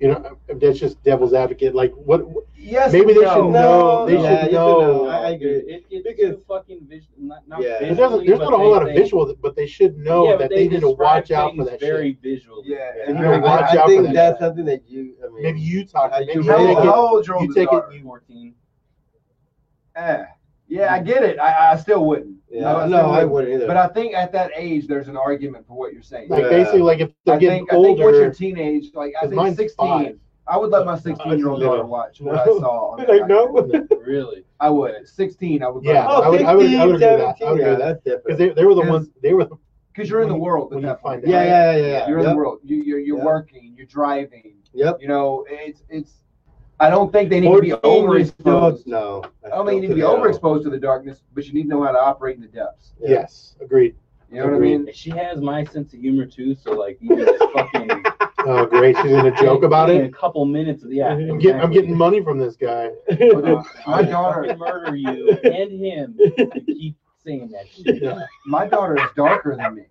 S2: You know, that's just devil's advocate. Like what?
S6: Yes.
S2: Maybe
S6: and
S2: they
S6: no.
S2: should know. They
S1: yeah,
S2: should
S1: you
S2: know.
S1: I, I
S3: off.
S1: agree.
S3: It, it's
S1: Because-
S3: too fucking visual. Not, not
S1: Yeah.
S2: There's not,
S3: visually,
S2: there's not a
S3: but
S2: whole
S3: they-
S2: lot of
S3: they-
S2: visual, but they should know
S3: yeah, but
S2: that they, need to
S3: describe
S2: watch out for that
S3: things very
S2: shit.
S3: visually.
S6: Yeah.
S1: Yeah.
S2: And
S1: I,
S2: you gotta watch
S1: I
S2: out for
S1: think
S2: that
S1: that's
S2: shit.
S1: something that you. I mean,
S2: Maybe you talk.
S1: How
S2: Maybe
S1: you
S2: you
S1: really
S6: How,
S2: take
S1: get-
S2: it.
S6: how old your
S2: you
S6: oldest
S2: take it-
S6: daughter?
S2: you-
S3: 14.
S6: Eh. Yeah, I get it. I, I still wouldn't.
S1: yeah, no,
S6: still
S1: I wouldn't either.
S6: But I think at that age, there's an argument for what you're saying.
S2: Like
S1: Yeah.
S2: basically, like if they're
S6: I
S2: getting
S6: think, I think once
S2: older,
S6: you're teenage, like I
S2: 'cause
S6: think
S2: mine's
S6: 16,
S2: five.
S6: I would let my 16 year old
S2: little.
S6: daughter watch what
S1: No.
S6: I saw. on
S1: Like,
S6: that
S1: no.
S6: documentary.
S3: Really?
S6: I would. 16, I would.
S2: Yeah.
S1: oh,
S2: I would- I would- I would agree with
S1: 16,
S2: that. I would agree with
S1: yeah, That's
S2: because
S1: different.
S2: they, they were the
S6: Because-
S2: ones they were the
S6: because you're in the
S2: When you-
S6: world at
S2: when you
S6: that point.
S2: find out.
S1: yeah, yeah, yeah.
S6: You're in
S1: Yep.
S6: the world. You, you're you're
S1: Yep.
S6: working. You're driving.
S1: Yep.
S6: You know, it's it's. I don't think they need to be
S1: 14 years old,
S6: overexposed.
S1: No.
S6: I don't think you need to be
S1: No.
S6: overexposed to the darkness, but you need to know how to operate in the depths.
S1: Yeah.
S2: Yes, agreed.
S6: You know what I
S2: Agreed.
S6: mean?
S3: She has my sense of humor too, so like even just fucking
S2: Oh, great. She's gonna joke about
S3: in a
S2: it.
S3: couple minutes. Of, yeah,
S2: I'm getting, I'm getting money from this guy.
S6: Uh, my
S3: daughter
S6: daughter,
S3: murder you and him. if you keep saying that shit.
S2: Yeah.
S6: my daughter is darker than me.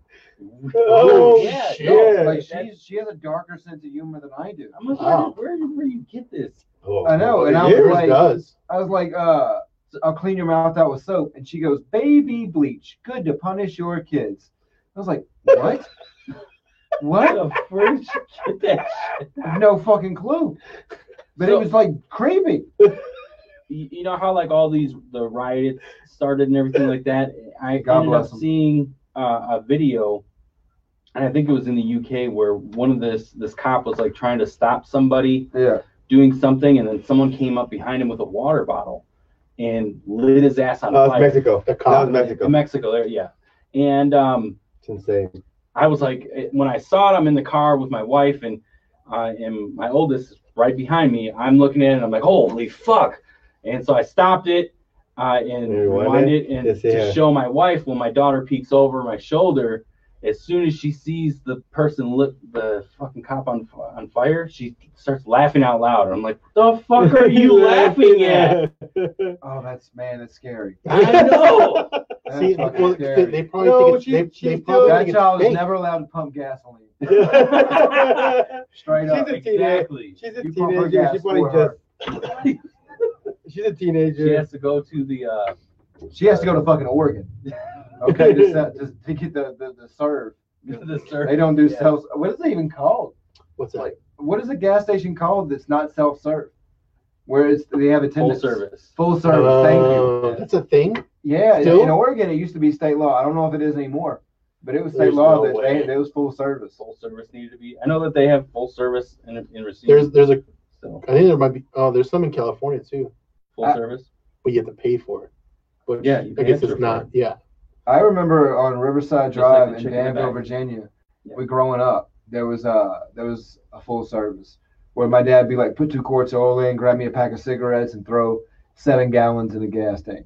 S2: Oh,
S3: yeah,
S2: shit.
S6: No, like
S3: that's-
S6: she's she has a darker sense of humor than I do.
S3: I'm like,
S2: Wow.
S3: where, where, where do you get this?
S1: Oh,
S6: I know, and I was
S2: Yours
S6: like,
S2: does.
S6: I was like, uh, I'll clean your mouth out with soap, and she goes, "Baby bleach, good to punish your kids." I was like, "What?
S3: Where
S6: what?
S3: the where did you get that? Shit?
S6: No fucking clue." But
S3: So-
S6: it was like craving.
S3: You, you know how like all these the riots started and everything like that. I
S6: God
S3: ended
S6: bless
S3: up
S6: 'em.
S3: seeing uh, a video, and I think it was in the UK where one of this this cop was like trying to stop somebody
S6: Yeah.
S3: doing something, and then someone came up behind him with a water bottle and lit his ass on
S6: Uh,
S1: That was
S3: fire.
S1: Mexico.
S2: The
S1: That was
S2: cop.
S1: Mexico.
S3: In Mexico, there, yeah. And um,
S1: It's insane.
S3: I was like, it- when I saw it, I'm in the car with my wife, and I am my oldest is right behind me. I'm looking at it, and I'm like, holy fuck! And so I stopped it uh, and
S1: You rewind
S3: rewind it, and
S1: Yes,
S3: to
S1: yeah.
S3: show my wife when my daughter peeks over my shoulder. As soon as she sees the person lit the fucking cop on f- on fire, she starts laughing out loud. And I'm like, the fuck are you laughing at?
S6: Oh, that's man, that's scary.
S3: I know.
S6: That's
S2: See,
S6: fucking
S2: well,
S6: scary.
S2: they, they probably
S1: No,
S2: think it's,
S1: she-
S2: they, they
S1: she's
S2: probably
S6: that
S2: think
S6: child
S2: it's
S6: is
S2: fake.
S6: never allowed to pump gasoline. Straight
S1: She's
S6: up.
S1: a teenager.
S3: exactly.
S1: She's a
S6: You pump her
S1: teenager.
S6: gas
S1: She probably
S6: for her.
S1: just. She's a
S3: She
S1: teenager.
S3: has to go to the. Uh,
S6: She has to go to fucking Oregon. Okay, just, uh, just to get the the, the serve.
S3: the
S6: They
S3: service.
S6: don't do
S3: Yeah.
S6: self. What is it even called?
S2: What's that?
S6: What is a gas station called that's not self serve? Where it's they have
S3: Full
S6: attendants.
S3: service.
S6: Full service. thank you.
S2: Oh, That's a thing.
S6: Yeah, in-
S2: Still?
S6: in Oregon it used to be state law. I don't know if it is anymore, but it was state
S2: There's
S6: law
S2: no
S6: that
S2: way.
S6: they, they was full service.
S3: full service needed to be. I know that they have full service in in receipt.
S2: There's there's a
S3: so
S2: I think there might be oh there's some in California too,
S3: full
S6: I-
S3: service.
S2: but you have to pay for it. But
S3: Yeah,
S2: yeah,
S3: you
S2: I
S3: pay
S2: guess
S3: extra
S2: it's
S3: for
S2: not. Yeah,
S6: I remember on Riverside
S3: Just like
S6: Drive
S3: the
S6: in
S3: chicken in the
S6: Danville,
S3: back.
S6: Virginia,
S3: Yeah.
S6: we growing up, there was uh there was a full service where my dad'd be like, put two quarts of oil in, grab me a pack of cigarettes, and throw seven gallons in the gas tank,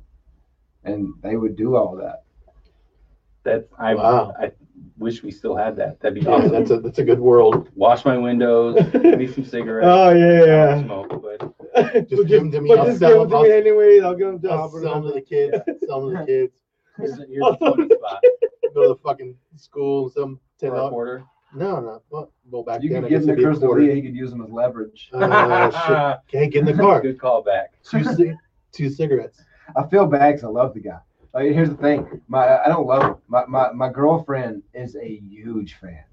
S6: and they would do all that.
S3: That's I
S2: Wow.
S3: I wish we still had that. That'd be
S2: yeah,
S3: awesome.
S2: that's a that's a good world.
S3: Wash my windows, give me some cigarettes,
S1: Oh yeah, yeah.
S3: smoke. But
S1: Just
S2: give them to me.
S1: But
S2: I'll
S1: just
S2: sell
S1: give them to
S2: them.
S1: me anyways. I'll give them to
S2: I'll
S1: Albert.
S2: sell them to the kids. Sell them to the kids.
S3: here's, here's the funny spot.
S2: Go to the fucking school. Some ten
S3: For a
S2: dollars.
S3: quarter.
S2: No, no. Well, well back
S6: You
S2: then
S6: could
S2: I
S6: give
S2: guess
S6: him to
S2: it'd be a
S6: Crystal
S2: quarter.
S6: Lee, he could use them as leverage.
S2: Uh, shit. Okay, get in the car.
S3: Good call back.
S2: Two ci- two cigarettes.
S6: I feel bad 'cause I love the guy. Like, here's the thing, my I don't love him. My my, my girlfriend is a huge fan.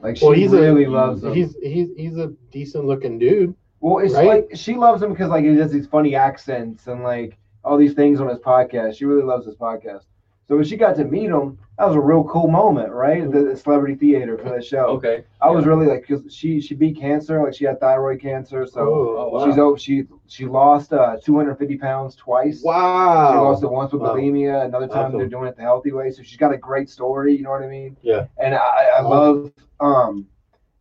S6: Like she
S2: Well, he's a-
S6: really loves him.
S2: He's he's he's a decent looking dude.
S6: Well, it's
S2: Right?
S6: like she loves him because like he does these funny accents and like all these things on his podcast. She really loves his podcast. So when she got to meet him, that was a real cool moment, right? The, the celebrity theater for the show.
S3: Okay.
S6: I was really like, cause she she beat cancer, like she had thyroid cancer, so
S2: Oh,
S3: wow.
S6: she's oh she she lost uh 250 pounds twice.
S2: Oh.
S6: She
S1: Wow.
S6: lost it once with
S1: Wow.
S6: bulimia. Another time
S1: Awesome.
S6: they're doing it the healthy way. So she's got a great story. You know what I mean?
S1: Yeah.
S6: And I, I love, um,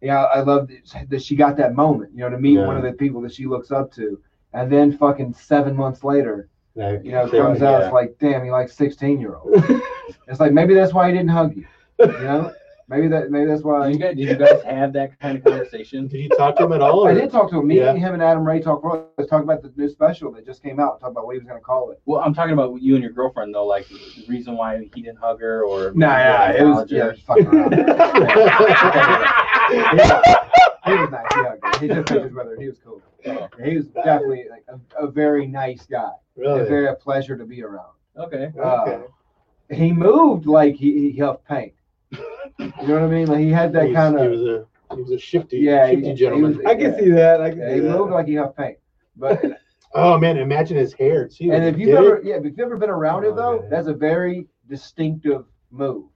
S6: yeah, I love that- that she got that moment. You know, to meet
S1: Yeah.
S6: one of the people that she looks up to, and then fucking seven months later,
S1: Yeah,
S6: you know, it
S1: sure,
S6: comes out it's like, damn, you like sixteen year old. it's like maybe that's why he didn't hug you. You know, maybe that maybe that's
S3: Did you
S6: why.
S3: guys, did you guys have that kind of conversation?
S2: Did you talk to him at all? Or?
S6: I did talk to him. Me,
S2: Yeah.
S6: him, and Adam Ray talked. Let's talk about the new special that just came out. Talk about what he was going to call it.
S3: Well, I'm talking about you and your girlfriend though. Like the reason why he didn't hug her or
S6: it was yeah, it was fucking around. He was nice. He, hugged me. he just took his brother. He was cool.
S3: Oh.
S6: He was definitely like a, a very nice guy.
S2: Oh,
S6: A
S1: really.
S6: very a pleasure to be around.
S3: Okay.
S6: Uh, he moved like he, he helped paint. You know what I mean? Like he had that
S2: He's-
S6: kind
S2: He
S6: of.
S2: was a he was a shifty,
S6: Yeah, he-
S2: shifty
S6: he
S2: gentleman.
S6: was-
S1: I can see that. I can
S6: He
S1: see that.
S6: moved like he helped paint. But and
S2: oh man, imagine his hair too.
S6: if you've
S2: Did
S6: ever
S2: it?
S6: yeah, if you've ever been around him
S1: Oh,
S6: though,
S1: man.
S6: that's a very distinctive move.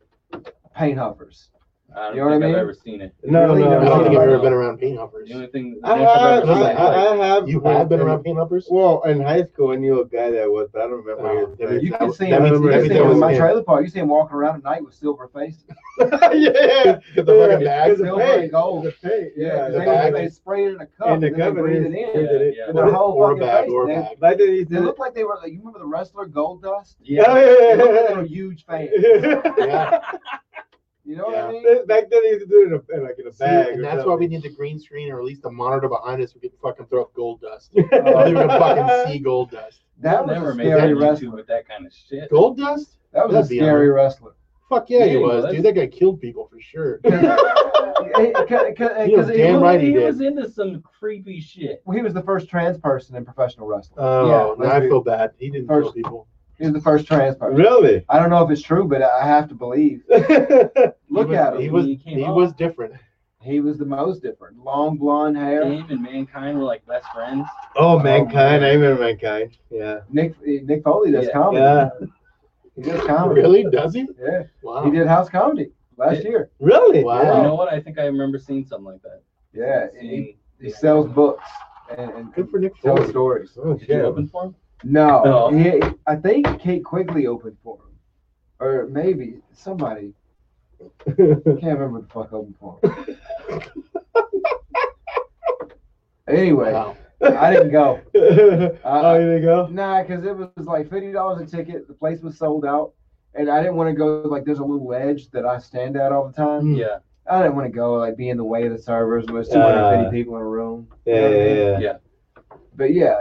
S6: Paint huffers.
S3: I don't
S6: You know what I
S3: think
S6: mean?
S3: I've ever seen it.
S1: No,
S6: Really?
S1: no,
S2: I
S1: no,
S2: don't think I've
S1: no.
S2: ever been around paint helpers.
S3: The only thing
S1: I,
S3: I've
S1: have,
S3: ever
S1: I,
S3: seen-
S1: I I have.
S2: You have been around paint helpers?
S1: Well, in high school, I knew a guy that was. but I don't remember.
S2: Oh,
S1: his
S2: that
S1: name.
S6: You can see
S2: That
S6: him.
S2: means-
S6: You
S1: that
S6: can
S1: means
S6: see
S1: that
S6: him
S1: was
S6: in my
S2: him.
S6: trailer park. You see him walking around at night with silver face.
S1: yeah,
S2: The fucking
S1: yeah.
S2: bag.
S1: It's a
S6: Silver
S1: paint.
S6: and gold.
S1: It's a paint, Yeah,
S6: Yeah,
S2: the
S6: they,
S2: bag.
S6: they sprayed it in a cup
S1: And
S6: and,
S1: the
S6: then they
S1: covered
S6: breathed
S1: it
S6: it in.
S1: in.
S3: Yeah,
S6: And
S3: yeah.
S6: their whole
S2: Or a
S6: fucking
S2: bag,
S6: face,
S2: or a
S6: they-
S2: bag.
S1: Back then he
S6: They
S1: said,
S6: looked like they were. Like, you remember the wrestler Gold Dust?
S3: Yeah.
S6: They looked like they were huge fans.
S2: Yeah.
S6: You know
S2: Yeah.
S6: what I mean?
S1: Back then he used to do it in, a, in like in a
S2: See,
S1: bag.
S2: and
S1: or
S2: that's why
S1: something.
S2: we need the green screen or at least the monitor behind us. We could fucking throw up gold dust.
S6: Oh,
S2: They're gonna fucking see gold dust.
S6: That was
S3: never
S6: a
S3: made that
S6: scary
S3: YouTube
S6: wrestler.
S3: with that kind of shit.
S2: Gold dust?
S6: That was
S2: That'd
S6: a
S2: be
S6: scary
S2: on.
S6: wrestler.
S2: Fuck yeah,
S3: Yeah,
S2: he
S3: he
S2: was,
S3: was.
S2: dude. That guy killed people for sure. He was
S6: Because
S2: damn
S3: Well,
S2: right he
S3: he
S2: did.
S3: was into some creepy shit.
S6: he was the first trans person in professional wrestling.
S2: Oh,
S6: Yeah,
S2: now I
S6: let's
S2: feel bad. He didn't kill
S6: First-
S2: people.
S6: He was the first trans person.
S1: Really? Oh,
S6: I don't know if it's true, but I have to believe. Look
S2: he was,
S6: at him.
S2: He was.
S3: He
S2: He,
S3: came off.
S2: was different.
S6: He was the most different. Long blonde hair.
S3: Him and mankind were like best friends.
S1: oh, mankind. I remember mankind. Yeah.
S6: Nick Nick Foley does
S3: Yeah.
S6: comedy.
S1: Yeah.
S6: He does comedy.
S2: Really? Does he?
S6: Yeah.
S2: Wow.
S6: He did house comedy last
S3: Yeah.
S6: year.
S1: Really?
S2: Wow.
S3: You
S6: Yeah.
S3: know what? I think I remember seeing something like that.
S6: Yeah. and He,
S3: Seeing-
S6: he sells books and, and
S2: Good for Nick
S6: tells
S2: Foley.
S6: stories.
S1: Oh,
S3: Did you
S1: yeah.
S3: open for him?
S6: No,
S3: No.
S6: he- I think Kate Quigley opened for him, or maybe somebody. Can't remember the fuck opened for him. anyway,
S2: Wow.
S6: I didn't go.
S1: oh, here we go.
S6: Nah, because it was like fifty dollars a ticket. The place was sold out, and I didn't want to go. Like, there's a little ledge that I stand at all the
S1: Mm.
S6: time.
S3: Yeah.
S6: I didn't want to go like be in the way of the servers. and There's 250
S1: Uh,
S6: people in a room.
S1: Yeah, yeah, yeah.
S6: But yeah,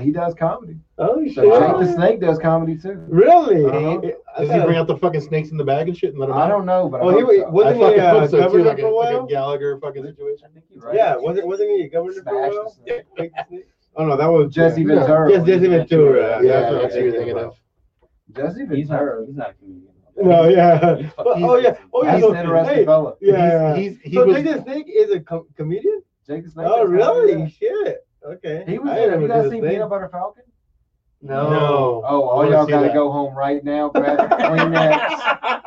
S6: he does comedy.
S1: Oh, shit.
S6: So Jake the Snake does comedy too.
S1: Really?
S2: Uh-huh.
S1: I
S2: Does he
S1: thought-
S2: bring out the fucking snakes in the bag and shit and let them
S6: I
S2: out?
S6: don't know, but I
S1: Oh, he
S6: hope
S1: was-
S6: so.
S1: what- Wasn't
S2: I
S1: he,
S2: fucking
S1: uh,
S2: hope so too,
S1: governor
S2: like a,
S1: for a
S2: like a
S1: while?
S2: Gallagher fucking situation.
S3: I think you're right.
S1: Yeah, wasn't wasn't he governor for a
S6: Smash
S1: while?
S6: the snake.
S1: Oh no, that was
S6: Jesse
S2: Yeah.
S6: Ventura.
S1: Yes, Jesse Ventura.
S2: Yeah,
S1: that's what I'm
S2: that's what you're thinking
S1: about.
S2: of.
S6: Jesse
S3: He's not,
S6: Ventura.
S3: he's not a comedian.
S1: No, yeah.
S3: He's fucking-
S1: Oh yeah. Oh yeah.
S6: He's
S1: so-
S6: an interesting
S1: hey,
S6: fella.
S1: Yeah.
S2: He's, he's, he
S1: so
S2: was,
S1: Jake the Snake is a com- comedian?
S6: Jake the Snake.
S1: Oh
S6: does
S1: really?
S6: comedy.
S1: Shit. Okay.
S6: He was.
S1: I
S6: in- Have
S1: never
S6: you guys
S1: did a
S6: seen
S1: thing.
S6: Peanut Butter Falcon?
S1: No.
S2: No.
S6: Oh,
S2: I
S6: all
S2: wanna
S6: y'all
S2: see
S6: gotta
S2: that.
S6: go home right now. Grab your Kleenex.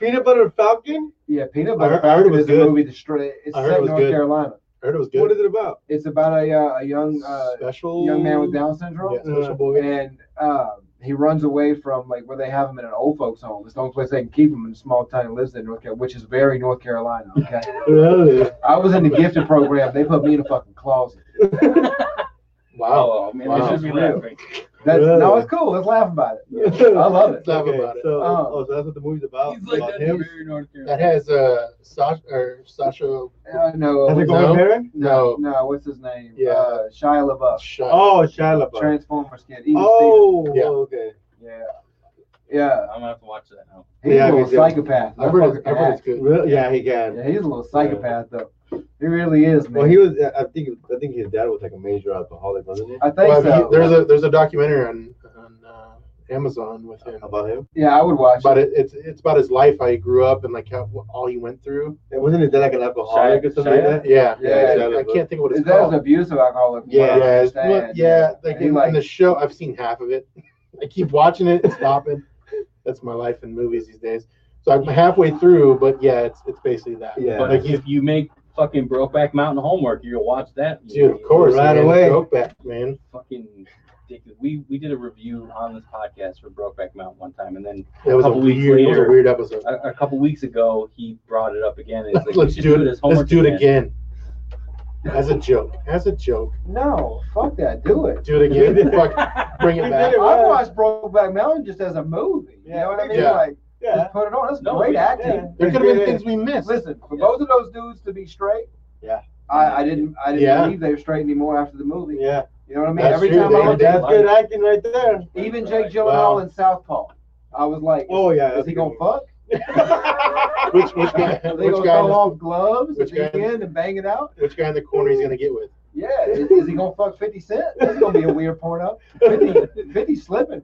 S1: Peanut Butter Falcon?
S6: Yeah, Peanut
S2: I
S6: Butter
S2: heard- I heard it
S6: Falcon
S2: was
S6: is a
S2: good.
S6: movie. The straight. It's
S2: I heard it
S6: set in
S2: was
S6: North
S2: good.
S6: Carolina.
S2: I heard it was
S1: What
S2: good.
S1: is it about?
S6: It's about a uh, a young uh,
S2: special
S6: young man with Down syndrome.
S2: Yeah, special boy.
S6: and uh, he runs away from like where they have him in an old folks home. It's the only place they can keep him in a small town he lives in North Carolina, which is very North Carolina. Okay,
S1: Really?
S6: I was in the gifted program. They put me in a fucking closet.
S2: Wow.
S3: Oh, man,
S2: Wow.
S3: this is laughing.
S6: That's no,
S1: Really?
S6: it's cool. Let's laugh about it.
S1: I
S6: love it.
S2: Laugh about it.
S1: So,
S6: Um,
S1: oh, so that's what the movie's about.
S3: He's like
S1: about
S3: that
S1: him.
S3: very North
S2: That
S3: Carolina.
S2: has uh, Sasha or Sasha.
S6: Uh, no,
S1: Has it
S6: what's-
S1: going
S2: No.
S1: there?
S2: No,
S6: no, what's his name?
S2: Yeah.
S6: uh, Shia LaBeouf,
S2: Shia.
S1: Oh, Shia LaBeouf.
S6: Transformers kid. Even
S1: Oh,
S2: Yeah.
S1: okay.
S6: Steven. yeah, yeah.
S3: I'm going to have to watch that now.
S6: He's
S1: Yeah,
S6: a
S1: me
S6: little
S1: too.
S6: psychopath.
S2: I heard, it's,
S6: That
S2: I heard it's
S6: fucker
S2: good.
S1: Really? Yeah, he
S6: acts.
S1: can.
S6: Yeah, he's a little psychopath though. He really is, man.
S1: Well, he was. I think. I think his dad was like a major alcoholic, wasn't he?
S6: I think
S2: Well,
S6: so.
S2: he- there's a there's a documentary on on uh, Amazon with him.
S1: About him.
S6: yeah, I would watch.
S2: But it, it's it's about his life, how he grew up, and like how all he went through.
S1: And wasn't his dad like an alcoholic or something
S3: Shia?
S1: like that?
S2: Yeah,
S6: Yeah,
S2: I- I, can't think of what
S6: Is
S2: it's
S6: that
S2: called.
S6: an abusive alcoholic?
S1: Yeah,
S6: What I
S2: yeah, it's,
S6: understand.
S2: well, yeah. Like
S6: He,
S2: in,
S6: like-
S2: in the show, I've seen half of it. I keep watching it and stopping. That's my life in movies these days. So I'm halfway through, but yeah, it's it's basically that.
S1: Yeah.
S3: But
S2: like he's
S3: if you make fucking Brokeback Mountain homework, you'll watch that.
S2: dude, of course,
S1: Right
S2: man.
S1: away.
S2: Brokeback, man.
S3: Fucking ridiculous. We, we did a review on this podcast for Brokeback Mountain one time, and then
S2: That was a,
S3: Couple weeks
S2: weird, it was a
S3: later.
S2: weird episode.
S3: a, a couple weeks ago, he brought it up again. It's like,
S2: let's
S3: we should
S2: do
S3: as
S2: it. Let's
S3: homework
S2: do it again. As a joke. As a joke.
S6: No, fuck that. Do it.
S2: Do it again. Fuck. Bring
S1: We
S2: it
S1: did
S2: back.
S6: I
S1: it. was.
S6: watched Brokeback Mountain just as a movie. You
S1: Yeah,
S6: know what I mean?
S2: yeah.
S6: Like,
S1: Yeah.
S6: just put it on. That's
S3: No,
S6: great
S3: we-
S6: acting.
S1: yeah.
S2: There could have been things we missed.
S6: Listen, for both of those dudes to be straight.
S1: Yeah.
S6: I, I didn't. I didn't
S2: Yeah.
S6: believe they were straight anymore after the movie.
S1: Yeah.
S6: You know what I mean?
S2: That's
S6: Every
S2: true.
S6: time I
S2: They-
S6: looked,
S3: they-
S1: That's good acting right there.
S6: even Jake Gyllenhaal
S1: Wow.
S6: in Southpaw, I was like,
S1: Oh yeah.
S6: is he gonna fuck?
S1: fuck?
S2: Which which guy
S6: Are they
S2: which
S6: gonna
S2: guy,
S6: throw
S2: in
S6: off gloves at
S2: which guy
S6: the
S2: in the-
S6: end and bang it out?
S2: the, which guy in the corner he's gonna get with?
S6: Yeah. Is, is he gonna fuck Fifty Cent? That's gonna be a weird porno. 50, 50 slipping.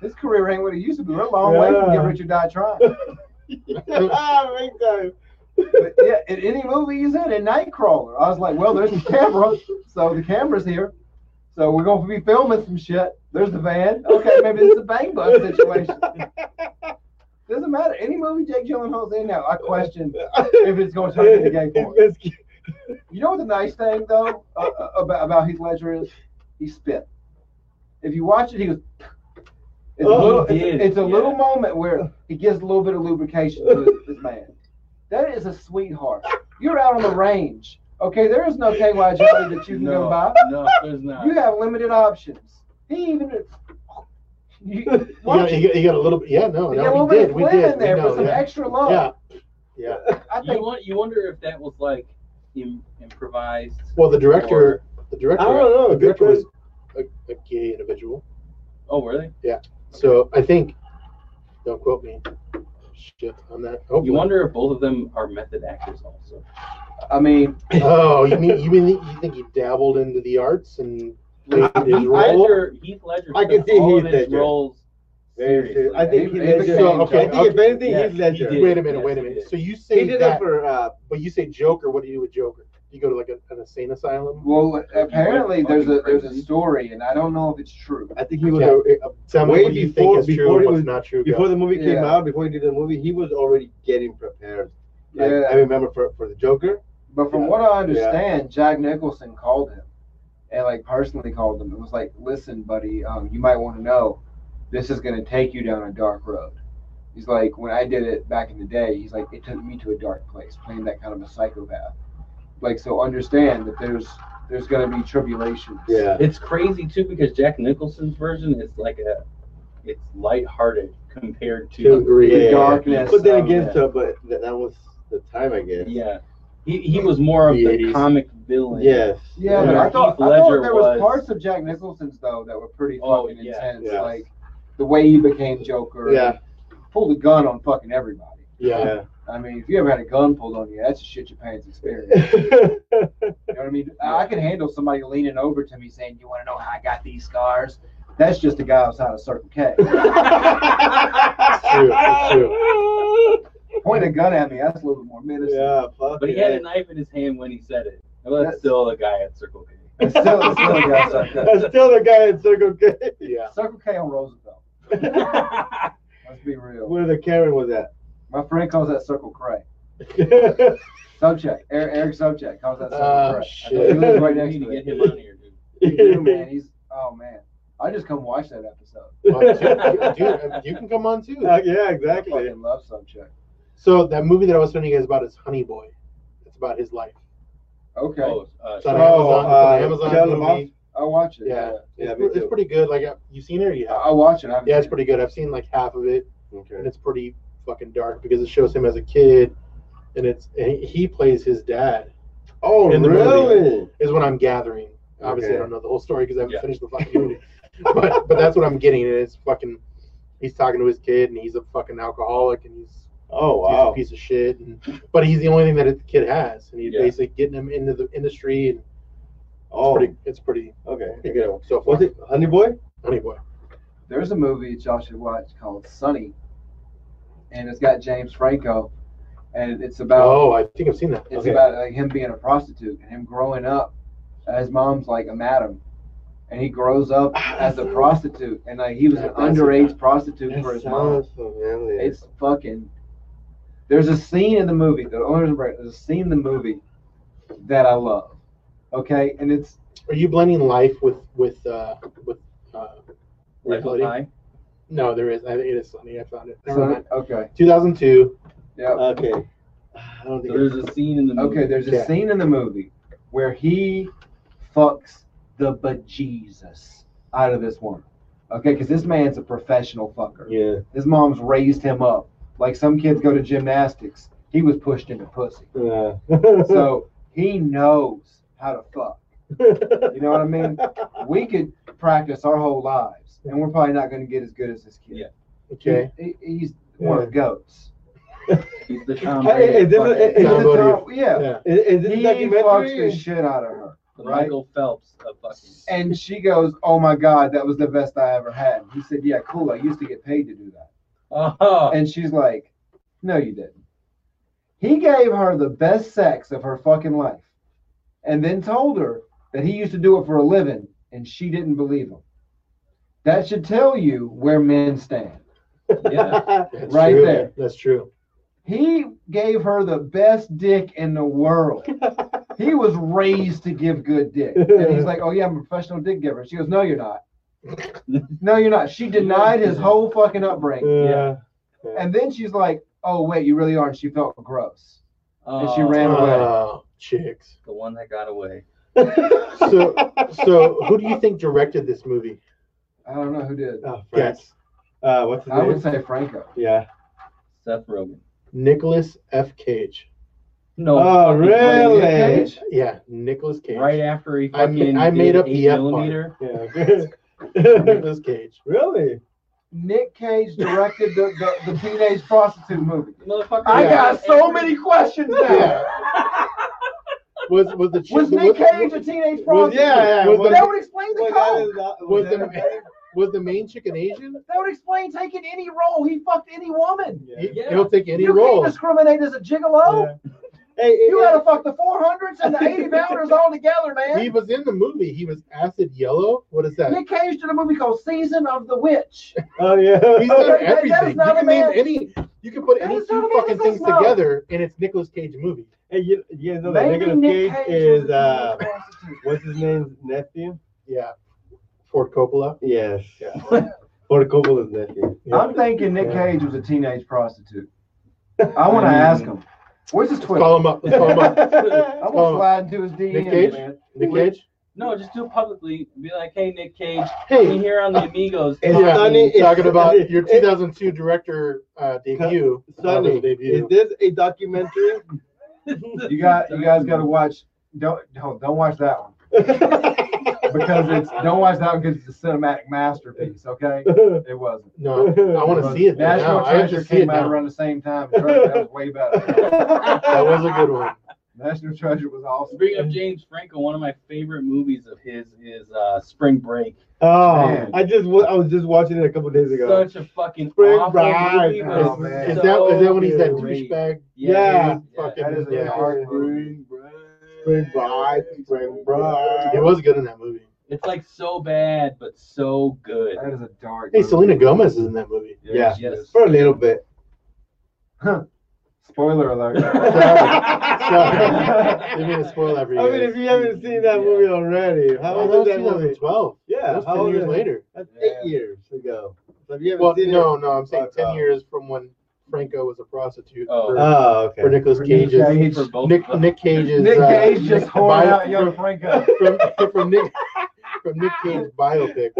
S6: His career ain't what it used to be. We're a long way from
S1: Yeah.
S6: get rich or die trying.
S1: ah, big time.
S6: But yeah, in any movie he's in, in Nightcrawler, I was like, well, there's the camera, so the camera's here, so we're gonna be filming some shit. There's the van. Okay, maybe this is a bang bus situation. Doesn't matter. Any movie Jake Gyllenhaal's in now, I question if it's going to turn into gay porn. You know what the nice thing though uh, uh, about about Heath Ledger is? He spit. If you watch it, he was. It's
S3: Oh,
S6: a
S3: he
S6: little, it's,
S3: did,
S6: a- it's a little
S3: yeah.
S6: moment where he gives a little bit of lubrication to this man. That is a sweetheart. You're out on the range. Okay, there is no KY jelly that you can go buy.
S3: No, no, there's not.
S6: You have limited options. He even. You,
S2: You got, you got- you got a little bit. Yeah, no,
S6: you got a
S2: no,
S6: little
S2: we
S6: bit
S2: did.
S6: of
S2: We
S6: phlegm
S2: did.
S6: in
S2: we
S6: there
S2: know,
S6: for some
S2: yeah.
S6: extra love.
S2: yeah. Yeah.
S6: I
S3: You,
S6: think
S3: want, you wonder if that was like Im- improvised.
S2: Well, the director, the director,
S1: I don't know,
S2: the director
S1: because-
S2: was a, a gay individual.
S3: Oh, were they?
S2: So I think, don't quote me, shit on that. Oh,
S3: You wonder if both of them are method actors also.
S6: I mean,
S2: Oh, you mean you mean you think he dabbled into the arts and played his
S1: I-
S2: role?
S3: Ledger, Heath Ledger
S1: I
S3: took
S1: can see
S3: all of
S1: Heath
S3: his
S1: Ledger.
S3: roles
S1: Very
S3: seriously.
S1: serious. I think
S6: He
S1: Heath
S6: became
S1: Ledger.
S2: so- okay,
S1: I think if anything,
S3: Yeah,
S1: Heath Ledger.
S3: he did.
S2: Wait a minute, wait a
S3: Yes, he
S2: minute.
S3: did.
S2: So you
S1: He
S2: say
S1: did
S2: that,
S1: that for uh,
S2: but you say Joker. What do you do with Joker? You go to like a, an insane asylum.
S6: well, apparently there's a there's a
S3: Crazy.
S6: story, and I don't know if it's true.
S1: I think he was
S2: Yeah.
S1: a- a-
S2: Tell me
S1: Way
S2: what you
S1: before-
S2: think is true
S1: before
S2: and
S1: he
S2: what's
S1: was-
S2: not true. go.
S1: before the movie came
S6: Yeah.
S1: out, before he did the movie, he was already getting prepared. Like,
S6: Yeah.
S1: I remember for, for the Joker.
S6: But from
S1: Yeah.
S6: what I understand, Jack Nicholson called him, and like personally called him, and was like, "Listen, buddy, um, you might want to know, this is gonna take you down a dark road." He's like, when I did it back in the day, he's like, it took me to a dark place, playing that kind of a psychopath. Like, so understand that there's there's gonna be tribulations.
S1: Yeah.
S3: It's crazy too because Jack Nicholson's version is like a, it's lighthearted compared
S1: To
S3: to.
S1: agree.
S6: The darkness
S1: But then
S6: of
S1: again,
S3: it.
S1: so, but th- that was the time, I guess.
S3: Yeah, he, he was more of
S2: The
S3: the
S2: 80s.
S3: comic villain.
S1: Yes.
S6: Yeah,
S3: Yeah.
S6: but I
S3: Heath
S6: thought, I
S3: Ledger
S6: thought there was,
S3: was-
S6: parts of Jack Nicholson's though that were pretty fucking
S3: Oh, yeah.
S6: intense,
S1: Yeah.
S6: like the way he became Joker.
S1: Yeah.
S6: he pulled a gun on fucking everybody.
S2: yeah.
S1: Yeah.
S6: I mean, if you ever had a gun pulled on you, that's a shit your pants experience. You know what I mean? I I can handle somebody leaning over to me saying, "You want to know how I got these scars?" That's just a guy outside of Circle K.
S2: it's true. It's true.
S6: Point a gun at me. That's a little bit more menacing.
S1: yeah. Fuck
S3: But he had a
S1: it.
S3: knife in his hand when he said it. Well, that's
S6: That's-
S3: still a guy at Circle K.
S6: It's still, it's still a guy outside. Circle
S1: That's still the guy at Circle K.
S2: Yeah.
S6: K. Circle K on Roosevelt.
S3: That's
S6: Let's be real.
S1: Where the Karen was at.
S6: My friend calls that Circle Cray. Subject. Eric, Eric Subject calls that Circle
S2: Oh,
S6: Cray. I
S2: shit.
S6: think He lives right
S3: we
S6: next
S3: need to
S6: to
S3: get
S6: it.
S3: him on here, dude.
S6: You do, man. He's oh man. I just come watch that episode.
S2: Well, dude, dude, you can come on too.
S1: Uh, yeah,
S6: I
S1: exactly.
S6: fucking love Subject.
S2: So that movie that I was telling you guys about is Honey Boy. It's about his life.
S6: Okay,
S3: Oh, uh,
S2: It's on
S1: Oh, uh,
S2: Amazon. It's on
S1: Shia
S2: Amazon
S1: LaBeouf?
S2: movie.
S6: I'll watch it.
S2: Yeah.
S1: Yeah,
S2: it's,
S1: me
S2: pre- it's
S1: too.
S2: pretty good. Like, uh, you seen it? Or you
S6: I-
S2: haven't?
S6: I'll watch it. I haven't
S2: Yeah, it's
S6: seen
S2: pretty good. I've seen like half of it, and
S1: Okay.
S2: it's pretty fucking dark because it shows him as a kid, and it's and he- he plays his dad.
S1: Oh,
S2: In the
S1: really?
S2: Is what I'm gathering. Obviously, I
S1: Okay.
S2: don't know the whole story because I haven't
S3: Yeah.
S2: finished the fucking movie, but but that's what I'm getting. And it's fucking. He's talking to his kid, and he's a fucking alcoholic, and he's
S1: Oh,
S2: he's
S1: wow.
S2: a piece of shit. And, but he's the only thing that the kid has, and he's
S3: Yeah.
S2: basically getting him into the industry. And it's
S1: Oh,
S2: pretty, it's pretty.
S1: okay.
S2: pretty good so far.
S1: Was it Honey Boy?
S2: Anyway,
S6: There's a movie that y'all should watch called Sunny, and it's got James Franco, and it's about
S2: oh, I think I've seen that.
S6: it's
S2: Okay.
S6: about like him being a prostitute and him growing up. Uh, His mom's like a madam, and he grows up
S2: Ah,
S6: as a prostitute, and like he was an
S2: That
S6: underage
S2: sounds familiar.
S6: prostitute
S1: That
S6: for his mom.
S1: sounds familiar.
S6: It's fucking. There's a scene in the movie. The only reason right, there's a scene in the movie that I love. Okay, and it's
S2: Are you blending life with with uh with uh
S3: Life of
S2: reality?
S3: Pi.
S2: No, there is. I, it is funny. I found it. Never mind.
S6: okay.
S2: 2002.
S6: Yeah.
S1: okay.
S2: Uh,
S1: I don't
S3: So
S1: think.
S3: there's a scene in the movie.
S6: Okay, there's a
S2: Yeah.
S6: scene in the movie where he fucks the bejesus out of this woman. Okay, because this man's a professional fucker.
S1: yeah.
S6: His mom's raised him up. Like some kids go to gymnastics, he was pushed into pussy.
S1: Uh,
S6: So he knows how to fuck. You know what I mean? We could practice our whole lives, and we're probably not going to get as good as this kid.
S3: Yeah.
S2: Okay.
S6: He- he- he's one of the goats.
S3: He's the Tom
S1: Hey,
S3: Brady
S1: hey, this
S3: fucking-
S1: is- hey,
S2: John
S1: this
S2: Gotti.
S1: is-
S6: Oh, yeah.
S2: Yeah.
S1: is, is this a
S6: He fucks the
S1: documentary?
S6: shit out of her.
S3: the
S6: right?
S3: Michael Phelps of fucking.
S6: And she goes, "Oh my God, that was the best I ever had." He said, "Yeah, cool. I used to get paid to do that."
S3: Oh,
S6: And she's like, "No, you didn't." He gave her the best sex of her fucking life, and then told her that he used to do it for a living, and she didn't believe him. That should tell you where men stand.
S3: Yeah.
S2: That's
S6: Right
S2: true.
S6: there.
S2: That's true.
S6: He gave her the best dick in the world. he was raised to give good dick. And he's like, Oh yeah, I'm a professional dick giver. She goes, No, you're not. no, you're not. She denied his whole fucking upbringing.
S1: Uh,
S2: Yeah.
S6: And then she's like, Oh wait, you really are. And she felt gross. And she
S3: Oh,
S6: ran away.
S2: Oh, chicks.
S3: The one that got away.
S2: So, so who do you think directed this movie?
S6: I don't know who did.
S1: Oh,
S2: Yes.
S1: Uh, what's his
S6: I
S1: name?
S6: would say Franco.
S1: yeah.
S3: Seth Rogen.
S2: Nicholas F. Cage.
S3: No.
S1: Oh,
S3: fucking way.
S1: really?
S6: Cage?
S2: Yeah, Nicholas Cage.
S3: Right after he
S2: I,
S3: fucking
S2: ma- I made
S3: did
S2: up
S3: eight
S2: the F
S3: millimeter.
S2: part.
S1: Yeah.
S2: Nicholas Cage.
S1: really?
S6: Nick Cage directed the, the, the teenage prostitute movie.
S3: Motherfucker.
S6: I
S2: Yeah.
S6: got so many questions now.
S2: Yeah. Was was the chick-
S6: Was Nick Cage a teenage prostitute?
S1: yeah, yeah,
S2: Was,
S6: That
S2: the,
S6: would explain the
S1: Well, that
S6: code.
S1: is not-
S2: was
S1: was
S2: the
S1: that-
S2: ma- was the main chick an Asian?
S6: That would explain taking any role. He fucked any woman.
S1: Yeah.
S2: He,
S3: Yeah.
S2: He'll take any
S6: you
S2: role.
S6: can't discriminate as a gigolo.
S1: Yeah. Hey,
S6: You
S1: it-
S6: gotta fuck the 400s and the 80 bounders all together, man.
S2: He was in the movie. He was acid yellow. What is that?
S6: Nick Cage did a movie called Season of the Witch.
S1: oh yeah.
S2: He's
S6: That-
S2: done
S6: that is
S2: everything.
S6: not
S2: You
S6: a
S2: can name
S6: man-
S2: any. You can put
S6: That
S2: any
S6: is
S2: two
S6: not a
S2: fucking
S6: man's
S2: things
S6: love.
S2: together, and it's Nicolas Cage movie.
S1: Hey, you, you know that
S6: Maybe
S1: Nicolas
S6: Nick
S1: Cage,
S6: Cage
S1: is
S6: was a
S1: uh,
S6: teenage prostitute.
S1: what's his name's nephew?
S2: Yeah, Ford Coppola.
S1: Yes.
S2: Yeah.
S1: Ford Coppola's nephew.
S2: Yeah.
S6: I'm thinking Nick
S2: Yeah.
S6: Cage was a teenage prostitute. I want to ask him. Where's his Twitter?
S2: Call him up. Let's call him up.
S6: I
S2: call him.
S6: want to slide into his
S2: Nick
S6: DM,
S2: Cage?
S6: man.
S2: Nick Cage.
S3: No, just do it publicly. Be like, hey, Nick Cage, we
S2: Hey,
S3: here on the Amigos.
S1: It's
S3: talking-
S1: funny. It's-
S2: talking about your
S1: it-
S2: 2002 director uh, debut.
S1: Sonny,
S2: Uh, debut.
S1: is this a documentary?
S6: You got you guys gotta watch don't don't don't watch that one. Because it's don't watch that one because it's a cinematic masterpiece, okay? It wasn't.
S2: no, I want to see it.
S6: National
S2: now. I have
S6: Treasure
S2: to see it
S6: came out
S2: now.
S6: around the same time. and Treasure, That was way better.
S2: That was a good one.
S6: National Treasure was awesome.
S3: Speaking of James Franco, one of my favorite movies of his is uh, Spring Break.
S1: oh,
S6: Man.
S1: I just wa- I was just watching it a couple days ago.
S3: Such a fucking
S1: Spring
S3: awful
S1: Break.
S3: movie. but
S6: Oh,
S3: it's
S6: man.
S2: Is that is that when he's that
S3: so great.
S2: douchebag?
S1: Yeah.
S3: yeah.
S2: Fucking-
S6: That is a
S2: yeah.
S6: hard movie.
S1: Spring Bride, Spring Bride.
S2: It was good in that movie.
S3: It's like so bad, but so good.
S6: That is a dark.
S2: Hey,
S6: movie.
S2: Selena Gomez is in that movie.
S1: Yeah.
S3: Yes.
S1: For a little bit.
S6: Spoiler alert.
S2: Sorry. They made a spoil every
S1: I mean, if you haven't seen that movie already, how old is that movie?
S2: 2012. That
S1: Yeah,
S2: was
S1: how
S2: 10
S1: old
S2: years
S1: is it?
S2: later.
S1: That's
S6: Yeah.
S1: eight years ago. So if you haven't
S2: Well,
S1: seen
S2: no, no, I'm saying
S1: Fuck
S2: 10
S1: off.
S2: years from when Franco was a prostitute
S3: Oh.
S1: it.
S2: for,
S1: Oh, okay.
S2: for Nicolas
S6: For Nick
S2: Cage's.
S6: Cage.
S3: For both
S2: Nick,
S3: of them.
S2: Nick Cage's.
S6: Nick
S2: uh,
S6: Cage just whoring
S2: bio-
S6: out young Franco.
S2: From, from, from Nick. From Nick Cage's biopic,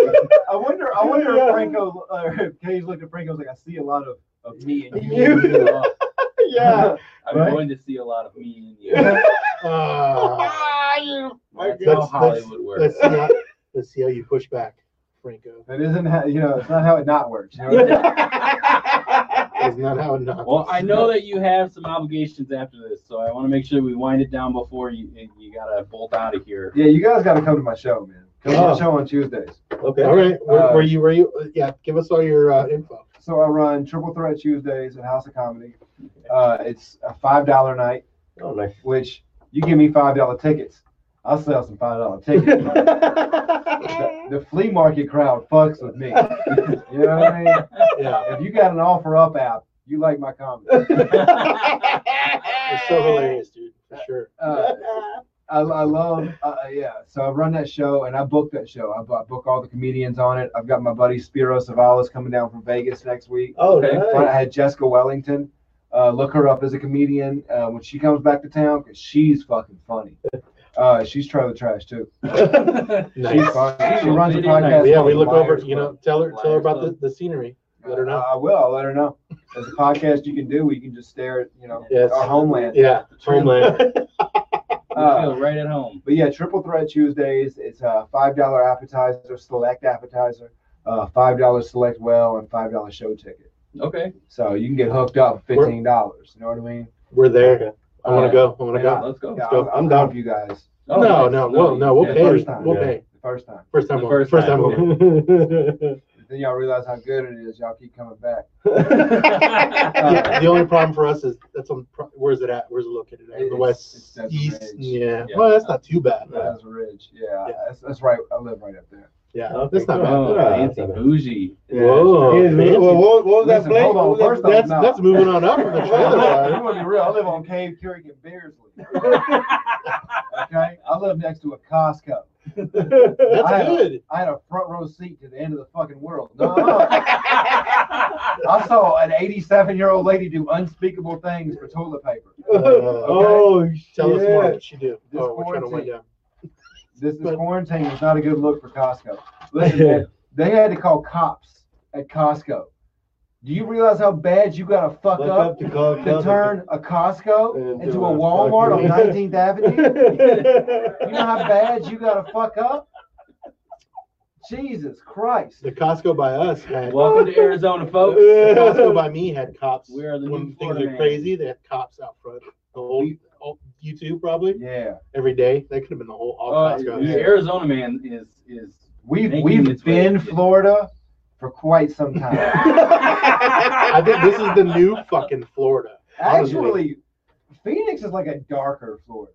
S6: I wonder. I wonder
S1: Yeah.
S6: if Franco uh, if Cage looked at Franco and was like, I see a lot of of me and
S3: Me and you. Uh,
S1: yeah.
S3: I'm
S6: Right?
S3: going to see a lot of me and
S6: you.
S3: you.
S2: uh,
S3: That's
S2: God.
S3: how Hollywood works.
S2: let's see how let's see how you push back, Franco.
S6: That isn't how you know. It's not how it not works. You know what I'm
S1: Yeah.
S2: That's not how it not.
S3: Well, I know that you have some obligations after this, so I want to make sure we wind it down before you you gotta bolt out of here.
S6: saying? yeah, you guys got to come to my show, man. Come to
S1: Oh.
S6: my show on Tuesdays.
S1: Okay.
S2: All right, where,
S6: Uh,
S2: where you where you? uh, Yeah, give us all your uh, info.
S6: So I run Triple Threat Tuesdays at House of Comedy. Uh, it's a five dollar night,
S1: Oh, nice.
S6: which you give me five dollar tickets. I'll sell some five dollar tickets. the, the flea market crowd fucks with me. you know what I mean?
S2: Yeah,
S6: If you got an offer up app, you like my comedy.
S2: it's so hilarious, dude. For sure.
S6: Uh, I, I love, uh, yeah. So I run that show and I book that show. I, bu- I book all the comedians on it. I've got my buddy Spiro Savalas coming down from Vegas next week.
S1: Oh,
S3: Okay.
S6: But I
S1: nice.
S6: had Jessica Wellington. Uh, look her up as a comedian uh, when she comes back to town because she's fucking funny. Uh, she's trailer trash too. She's funny. She runs a podcast.
S2: Yeah,
S6: called
S2: we
S6: The
S2: look over.
S6: Liars
S2: You know,
S6: Club.
S2: tell her tell her about the,
S3: Liars
S2: the scenery. Let her know.
S6: I I will. I'll let her know. There's a podcast you can do where you can just stare at, you know,
S2: Yes.
S6: our homeland.
S2: Yeah,
S1: Homeland.
S3: I
S6: Uh,
S3: feel right at home.
S6: But yeah, Triple Threat Tuesdays. It's a five dollar appetizer, select appetizer, uh, five dollar select well, and five dollar show ticket.
S3: Okay.
S6: So you can get hooked up for
S2: Where-
S6: fifteen dollars. You know what I mean?
S2: we're there. I want to
S6: Uh,
S2: go. I want to go.
S3: Let's go.
S6: Yeah,
S2: go.
S6: I'm, I'm down for you guys.
S3: Oh,
S2: no,
S3: nice.
S2: no, well, no, we'll
S3: yeah.
S2: pay.
S6: First time,
S2: We'll
S1: yeah.
S2: pay.
S6: The first time.
S2: First time.
S3: The
S2: on-
S3: first
S2: First,
S3: time.
S2: time. on.
S6: Then y'all realize how good it is. Y'all keep coming back.
S2: yeah, the only problem for us is that's on. pro- Where's it at? Where's it located? At?
S6: It's-
S2: The west,
S6: it's Desert
S2: east.
S6: Ridge.
S2: Yeah.
S3: Yeah.
S2: Well, that's not too bad.
S6: That's a ridge. Yeah,
S2: Yeah.
S6: That's, that's right. I live right up there.
S2: Yeah,
S1: Okay,
S2: that's not
S1: cool.
S2: bad.
S3: Oh,
S1: Yeah.
S3: fancy bougie.
S2: Whoa.
S1: Yeah, man. Oh, Well, what, what was that
S6: Listen,
S1: place?
S6: hold on,
S1: What was that
S6: first
S1: place?
S2: That's that's moving on up from the trailer.
S6: I'm
S2: park.
S6: gonna be real. I live on Cave Creek in Beardsley. Okay, I live next to a Costco.
S2: That's
S6: I-
S2: good.
S6: I had a front row seat to the end of the fucking world. No, I saw an 87 year old lady do unspeakable things for toilet paper.
S2: oh, tell us more.
S1: shit.
S2: What you do?
S6: This
S2: oh, we're trying to wind
S6: quarantine.
S2: down.
S6: This is quarantine. It's not a good look for Costco. Listen, man, they had to call cops at Costco. Do you realize how bad you got to fuck
S1: Fuck
S6: up
S1: up the car.
S6: to turn a Costco
S1: And
S6: into a
S1: do a
S6: Walmart on
S1: fucking-
S6: 19th Avenue? You know how bad you got to fuck up? Jesus Christ.
S2: The Costco by us had.
S3: Welcome to Arizona, folks.
S2: the Costco by me had cops.
S3: We are the
S2: when
S3: new
S2: things
S3: Florida
S2: are
S3: man.
S2: crazy, they had cops out front. The whole, all, you two probably
S6: Yeah.
S2: every day. That could have been the whole all
S3: Uh,
S2: Costco.
S3: the Arizona man is is.
S6: We've
S3: Making
S6: we've
S3: its way.
S6: been Florida for quite some time.
S2: I think this is the new fucking Florida. Honestly.
S6: Actually, Phoenix is like a darker Florida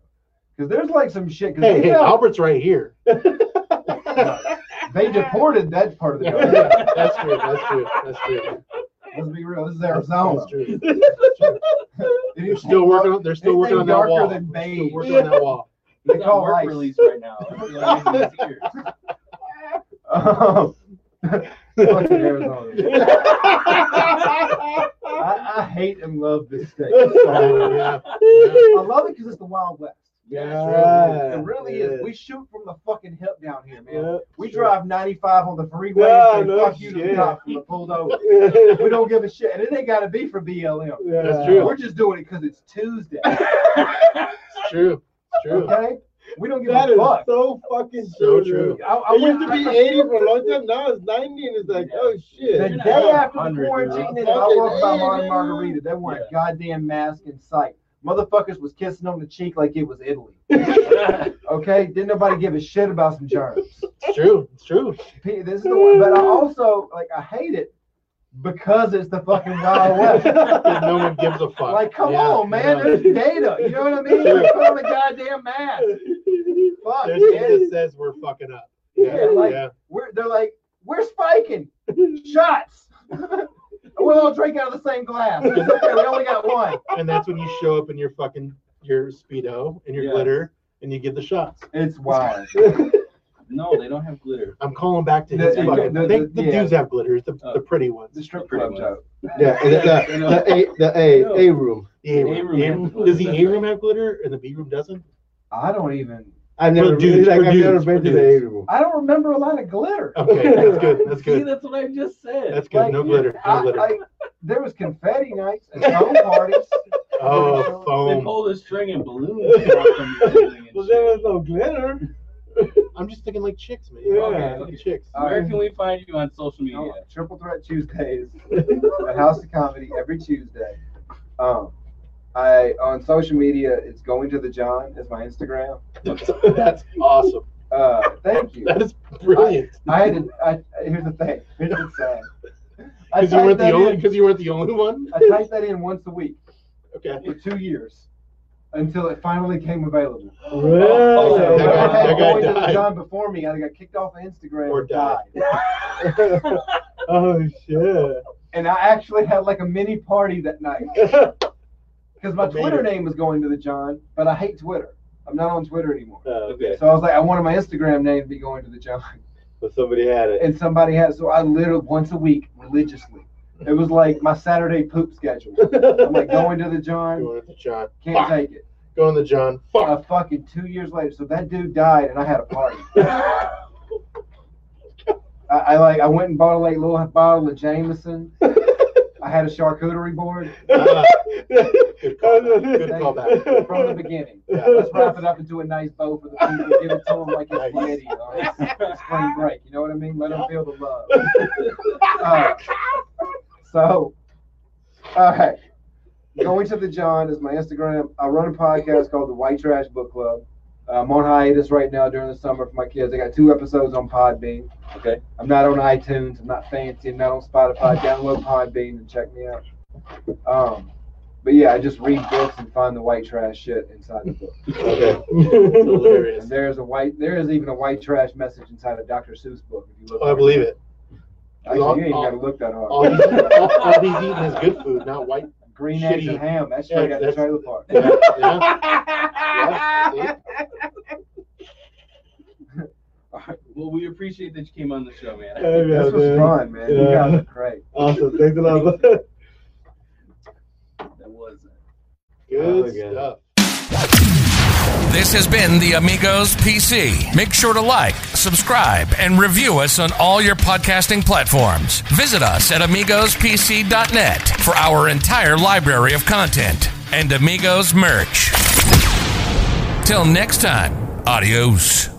S6: because there's like some shit. Cause
S2: Hey,
S6: they,
S2: hey,
S6: felt-
S2: Albert's right here.
S6: they deported that part of the country.
S2: That's true. That's true. That's true.
S6: Let's be real. This is Arizona.
S2: That's true.
S6: It
S2: They're
S6: is
S2: still working on. They're still
S6: Anything
S2: working on that
S6: darker
S2: wall.
S6: than
S2: They're
S6: beige.
S2: still working on that wall.
S3: He's
S6: They
S3: on
S6: call
S3: work
S6: ice.
S3: release right now. He's here.
S6: Um, fucking Arizona. I, I hate and love this state.
S2: Oh, yeah.
S6: I love it because it's the Wild West.
S2: Yeah.
S6: It really
S1: Yeah.
S6: is. We shoot from the fucking hip down here, man.
S2: Yeah,
S6: we
S2: sure.
S6: drive 95 on the freeway
S1: Yeah,
S6: and say,
S1: no
S6: fuck you to the
S1: shit.
S6: cop from the pulled over. we don't give a shit. And it ain't got to be for BLM.
S2: That's true.
S6: We're just doing it because it's Tuesday.
S2: It's true. It's true.
S6: Okay? We don't give
S1: That
S6: a
S1: is
S6: fuck.
S1: so fucking
S2: So
S1: true.
S2: true.
S1: dude.
S6: I, I
S1: It
S6: went
S1: used to be
S6: I-
S1: 80 for a long time. Now it's 90, and it's like, oh shit.
S6: The
S3: You're not
S6: day
S3: a
S6: after the
S3: hundred,
S6: quarantine
S1: dude.
S6: ended, I walked by
S1: Fucking
S6: Monte
S1: eighty.
S6: Margarita. There weren't a goddamn mask in sight. Motherfuckers was kissing on the cheek like it was Italy. Okay? Didn't nobody give a shit about some germs.
S2: It's true. It's true.
S6: P- This is the one. But I also, like, I hate it because it's the fucking Wild West.
S2: And no one gives a fuck.
S6: Like, come
S2: Yeah,
S6: on, man.
S2: yeah.
S6: There's data. You know what I mean?
S2: Sure.
S6: Put on the goddamn mask. Fuck.
S2: There's
S6: man.
S2: something that says we're fucking up. Yeah.
S6: Yeah, like-
S2: yeah.
S6: We're, they're like, we're spiking shots. we'll all drink out of the same glass. It's okay, we only got one.
S2: And that's when you show up in your fucking your speedo and your
S3: Yeah.
S2: glitter and you give the shots.
S6: It's wild.
S3: No, they don't have glitter.
S2: I'm calling back to his
S6: The-
S2: fucking.
S6: the-
S2: they,
S6: the-
S2: the
S6: yeah.
S2: dudes have glitters, the,
S3: Oh.
S2: the pretty ones.
S6: The strip
S3: Pretty
S6: club
S3: much.
S6: joke.
S1: Yeah, and the,
S3: You know,
S1: the, A, the
S3: No.
S1: A, A room.
S2: The A
S3: A
S2: room.
S3: room
S2: A
S3: has
S2: room-
S3: glitter,
S2: Does the
S3: that's
S2: A room have glitter and the B room doesn't?
S6: I don't even.
S1: I've never,
S2: dudes,
S1: like,
S2: we're
S1: I've never
S2: dudes, we're
S1: been to the A
S2: dudes.
S1: room.
S6: I don't remember a lot of glitter.
S2: Okay, that's good. That's
S3: See,
S2: good.
S3: that's what I just said.
S2: That's good. No
S6: Like,
S2: glitter. No
S6: I,
S2: glitter.
S6: I, there was confetti nights and home parties.
S2: oh,
S3: They
S2: foam.
S3: pulled a string and balloons. dropped from the ceiling and
S1: Well,
S3: shit.
S1: there was no glitter.
S2: I'm just thinking like chicks, man.
S1: Yeah.
S2: Okay, fucking chicks.
S3: Where can we find you on social media?
S6: No, Triple Threat Tuesdays at House of Comedy every Tuesday. Um, I on social media, it's going to the John is my Instagram.
S2: That's awesome.
S6: Uh, thank you.
S2: That is brilliant.
S6: I had to. I, here's the thing. Here's what's sad. I
S2: Because you
S6: typed
S2: weren't the
S6: that
S2: only.
S6: in.
S2: Because you weren't the only one.
S6: I typed that in once a week
S2: Okay.
S6: for two years until it finally came available.
S1: Really?
S3: Oh,
S6: So
S2: that guy-
S6: I had
S2: that guy
S6: going to the
S2: died.
S6: John before me. I got kicked off of Instagram
S2: Or
S6: and died.
S1: oh, shit.
S6: And I actually had like a mini party that night because my
S2: Amazing.
S6: Twitter name was going to the John, but I hate Twitter. I'm not on Twitter anymore.
S1: Oh, okay.
S6: So I was like, I wanted my Instagram name to be going to the John.
S1: But somebody had it.
S6: and somebody had so I literally once a week religiously. It was like my Saturday poop schedule.
S1: Oh
S6: I'm like going to the John,
S2: Going to John.
S6: can't take it.
S2: Going to John. Fuck.
S6: Uh, fucking two years later, so that dude died, and I had a party. I, I like I went and bought a like little bottle of Jameson. I had a charcuterie board
S2: Ah, good callback. Good
S6: Thank
S2: callback.
S6: from the beginning.
S2: Yeah.
S6: Let's wrap it up into a nice bow for the people. Give it to them like it's Yeti or it's spring break. You know what I mean? Let them feel the love. Uh, so, all right. Going to the John is my Instagram. I run a podcast called the White Trash Book Club. Uh, I'm on hiatus right now during the summer for my kids. I got two episodes on Podbean.
S3: Okay.
S6: I'm not on iTunes. I'm not fancy. I'm not on Spotify. Download Podbean and check me out. Um, But yeah, I just read books and find the white trash shit inside the book.
S2: Okay. Hilarious.
S6: And there's a white, there is even a white trash message inside a Dr. Seuss book. If you look,
S2: Oh, I believe it.
S6: Actually, you ain't even
S2: All-
S6: got to look that hard.
S2: All he's, all, all he's eating is good food, not white.
S6: Green eggs and
S2: shitty-
S6: ham. That's straight
S2: Yeah,
S6: out of the
S2: that's-
S6: trailer park.
S2: Yeah, yeah, yeah, see?
S3: Well, we appreciate that you came on the show, man.
S2: Hey, man,
S6: This was
S2: man.
S6: fun, man. You
S2: Yeah.
S6: guys are great.
S2: Awesome. Thanks a lot.
S3: That was
S2: Good
S1: Yeah.
S2: stuff.
S5: This has been the Amigos PC. Make sure to like, subscribe, and review us on all your podcasting platforms. Visit us at amigospc.net for our entire library of content and Amigos merch. Till next time, adios.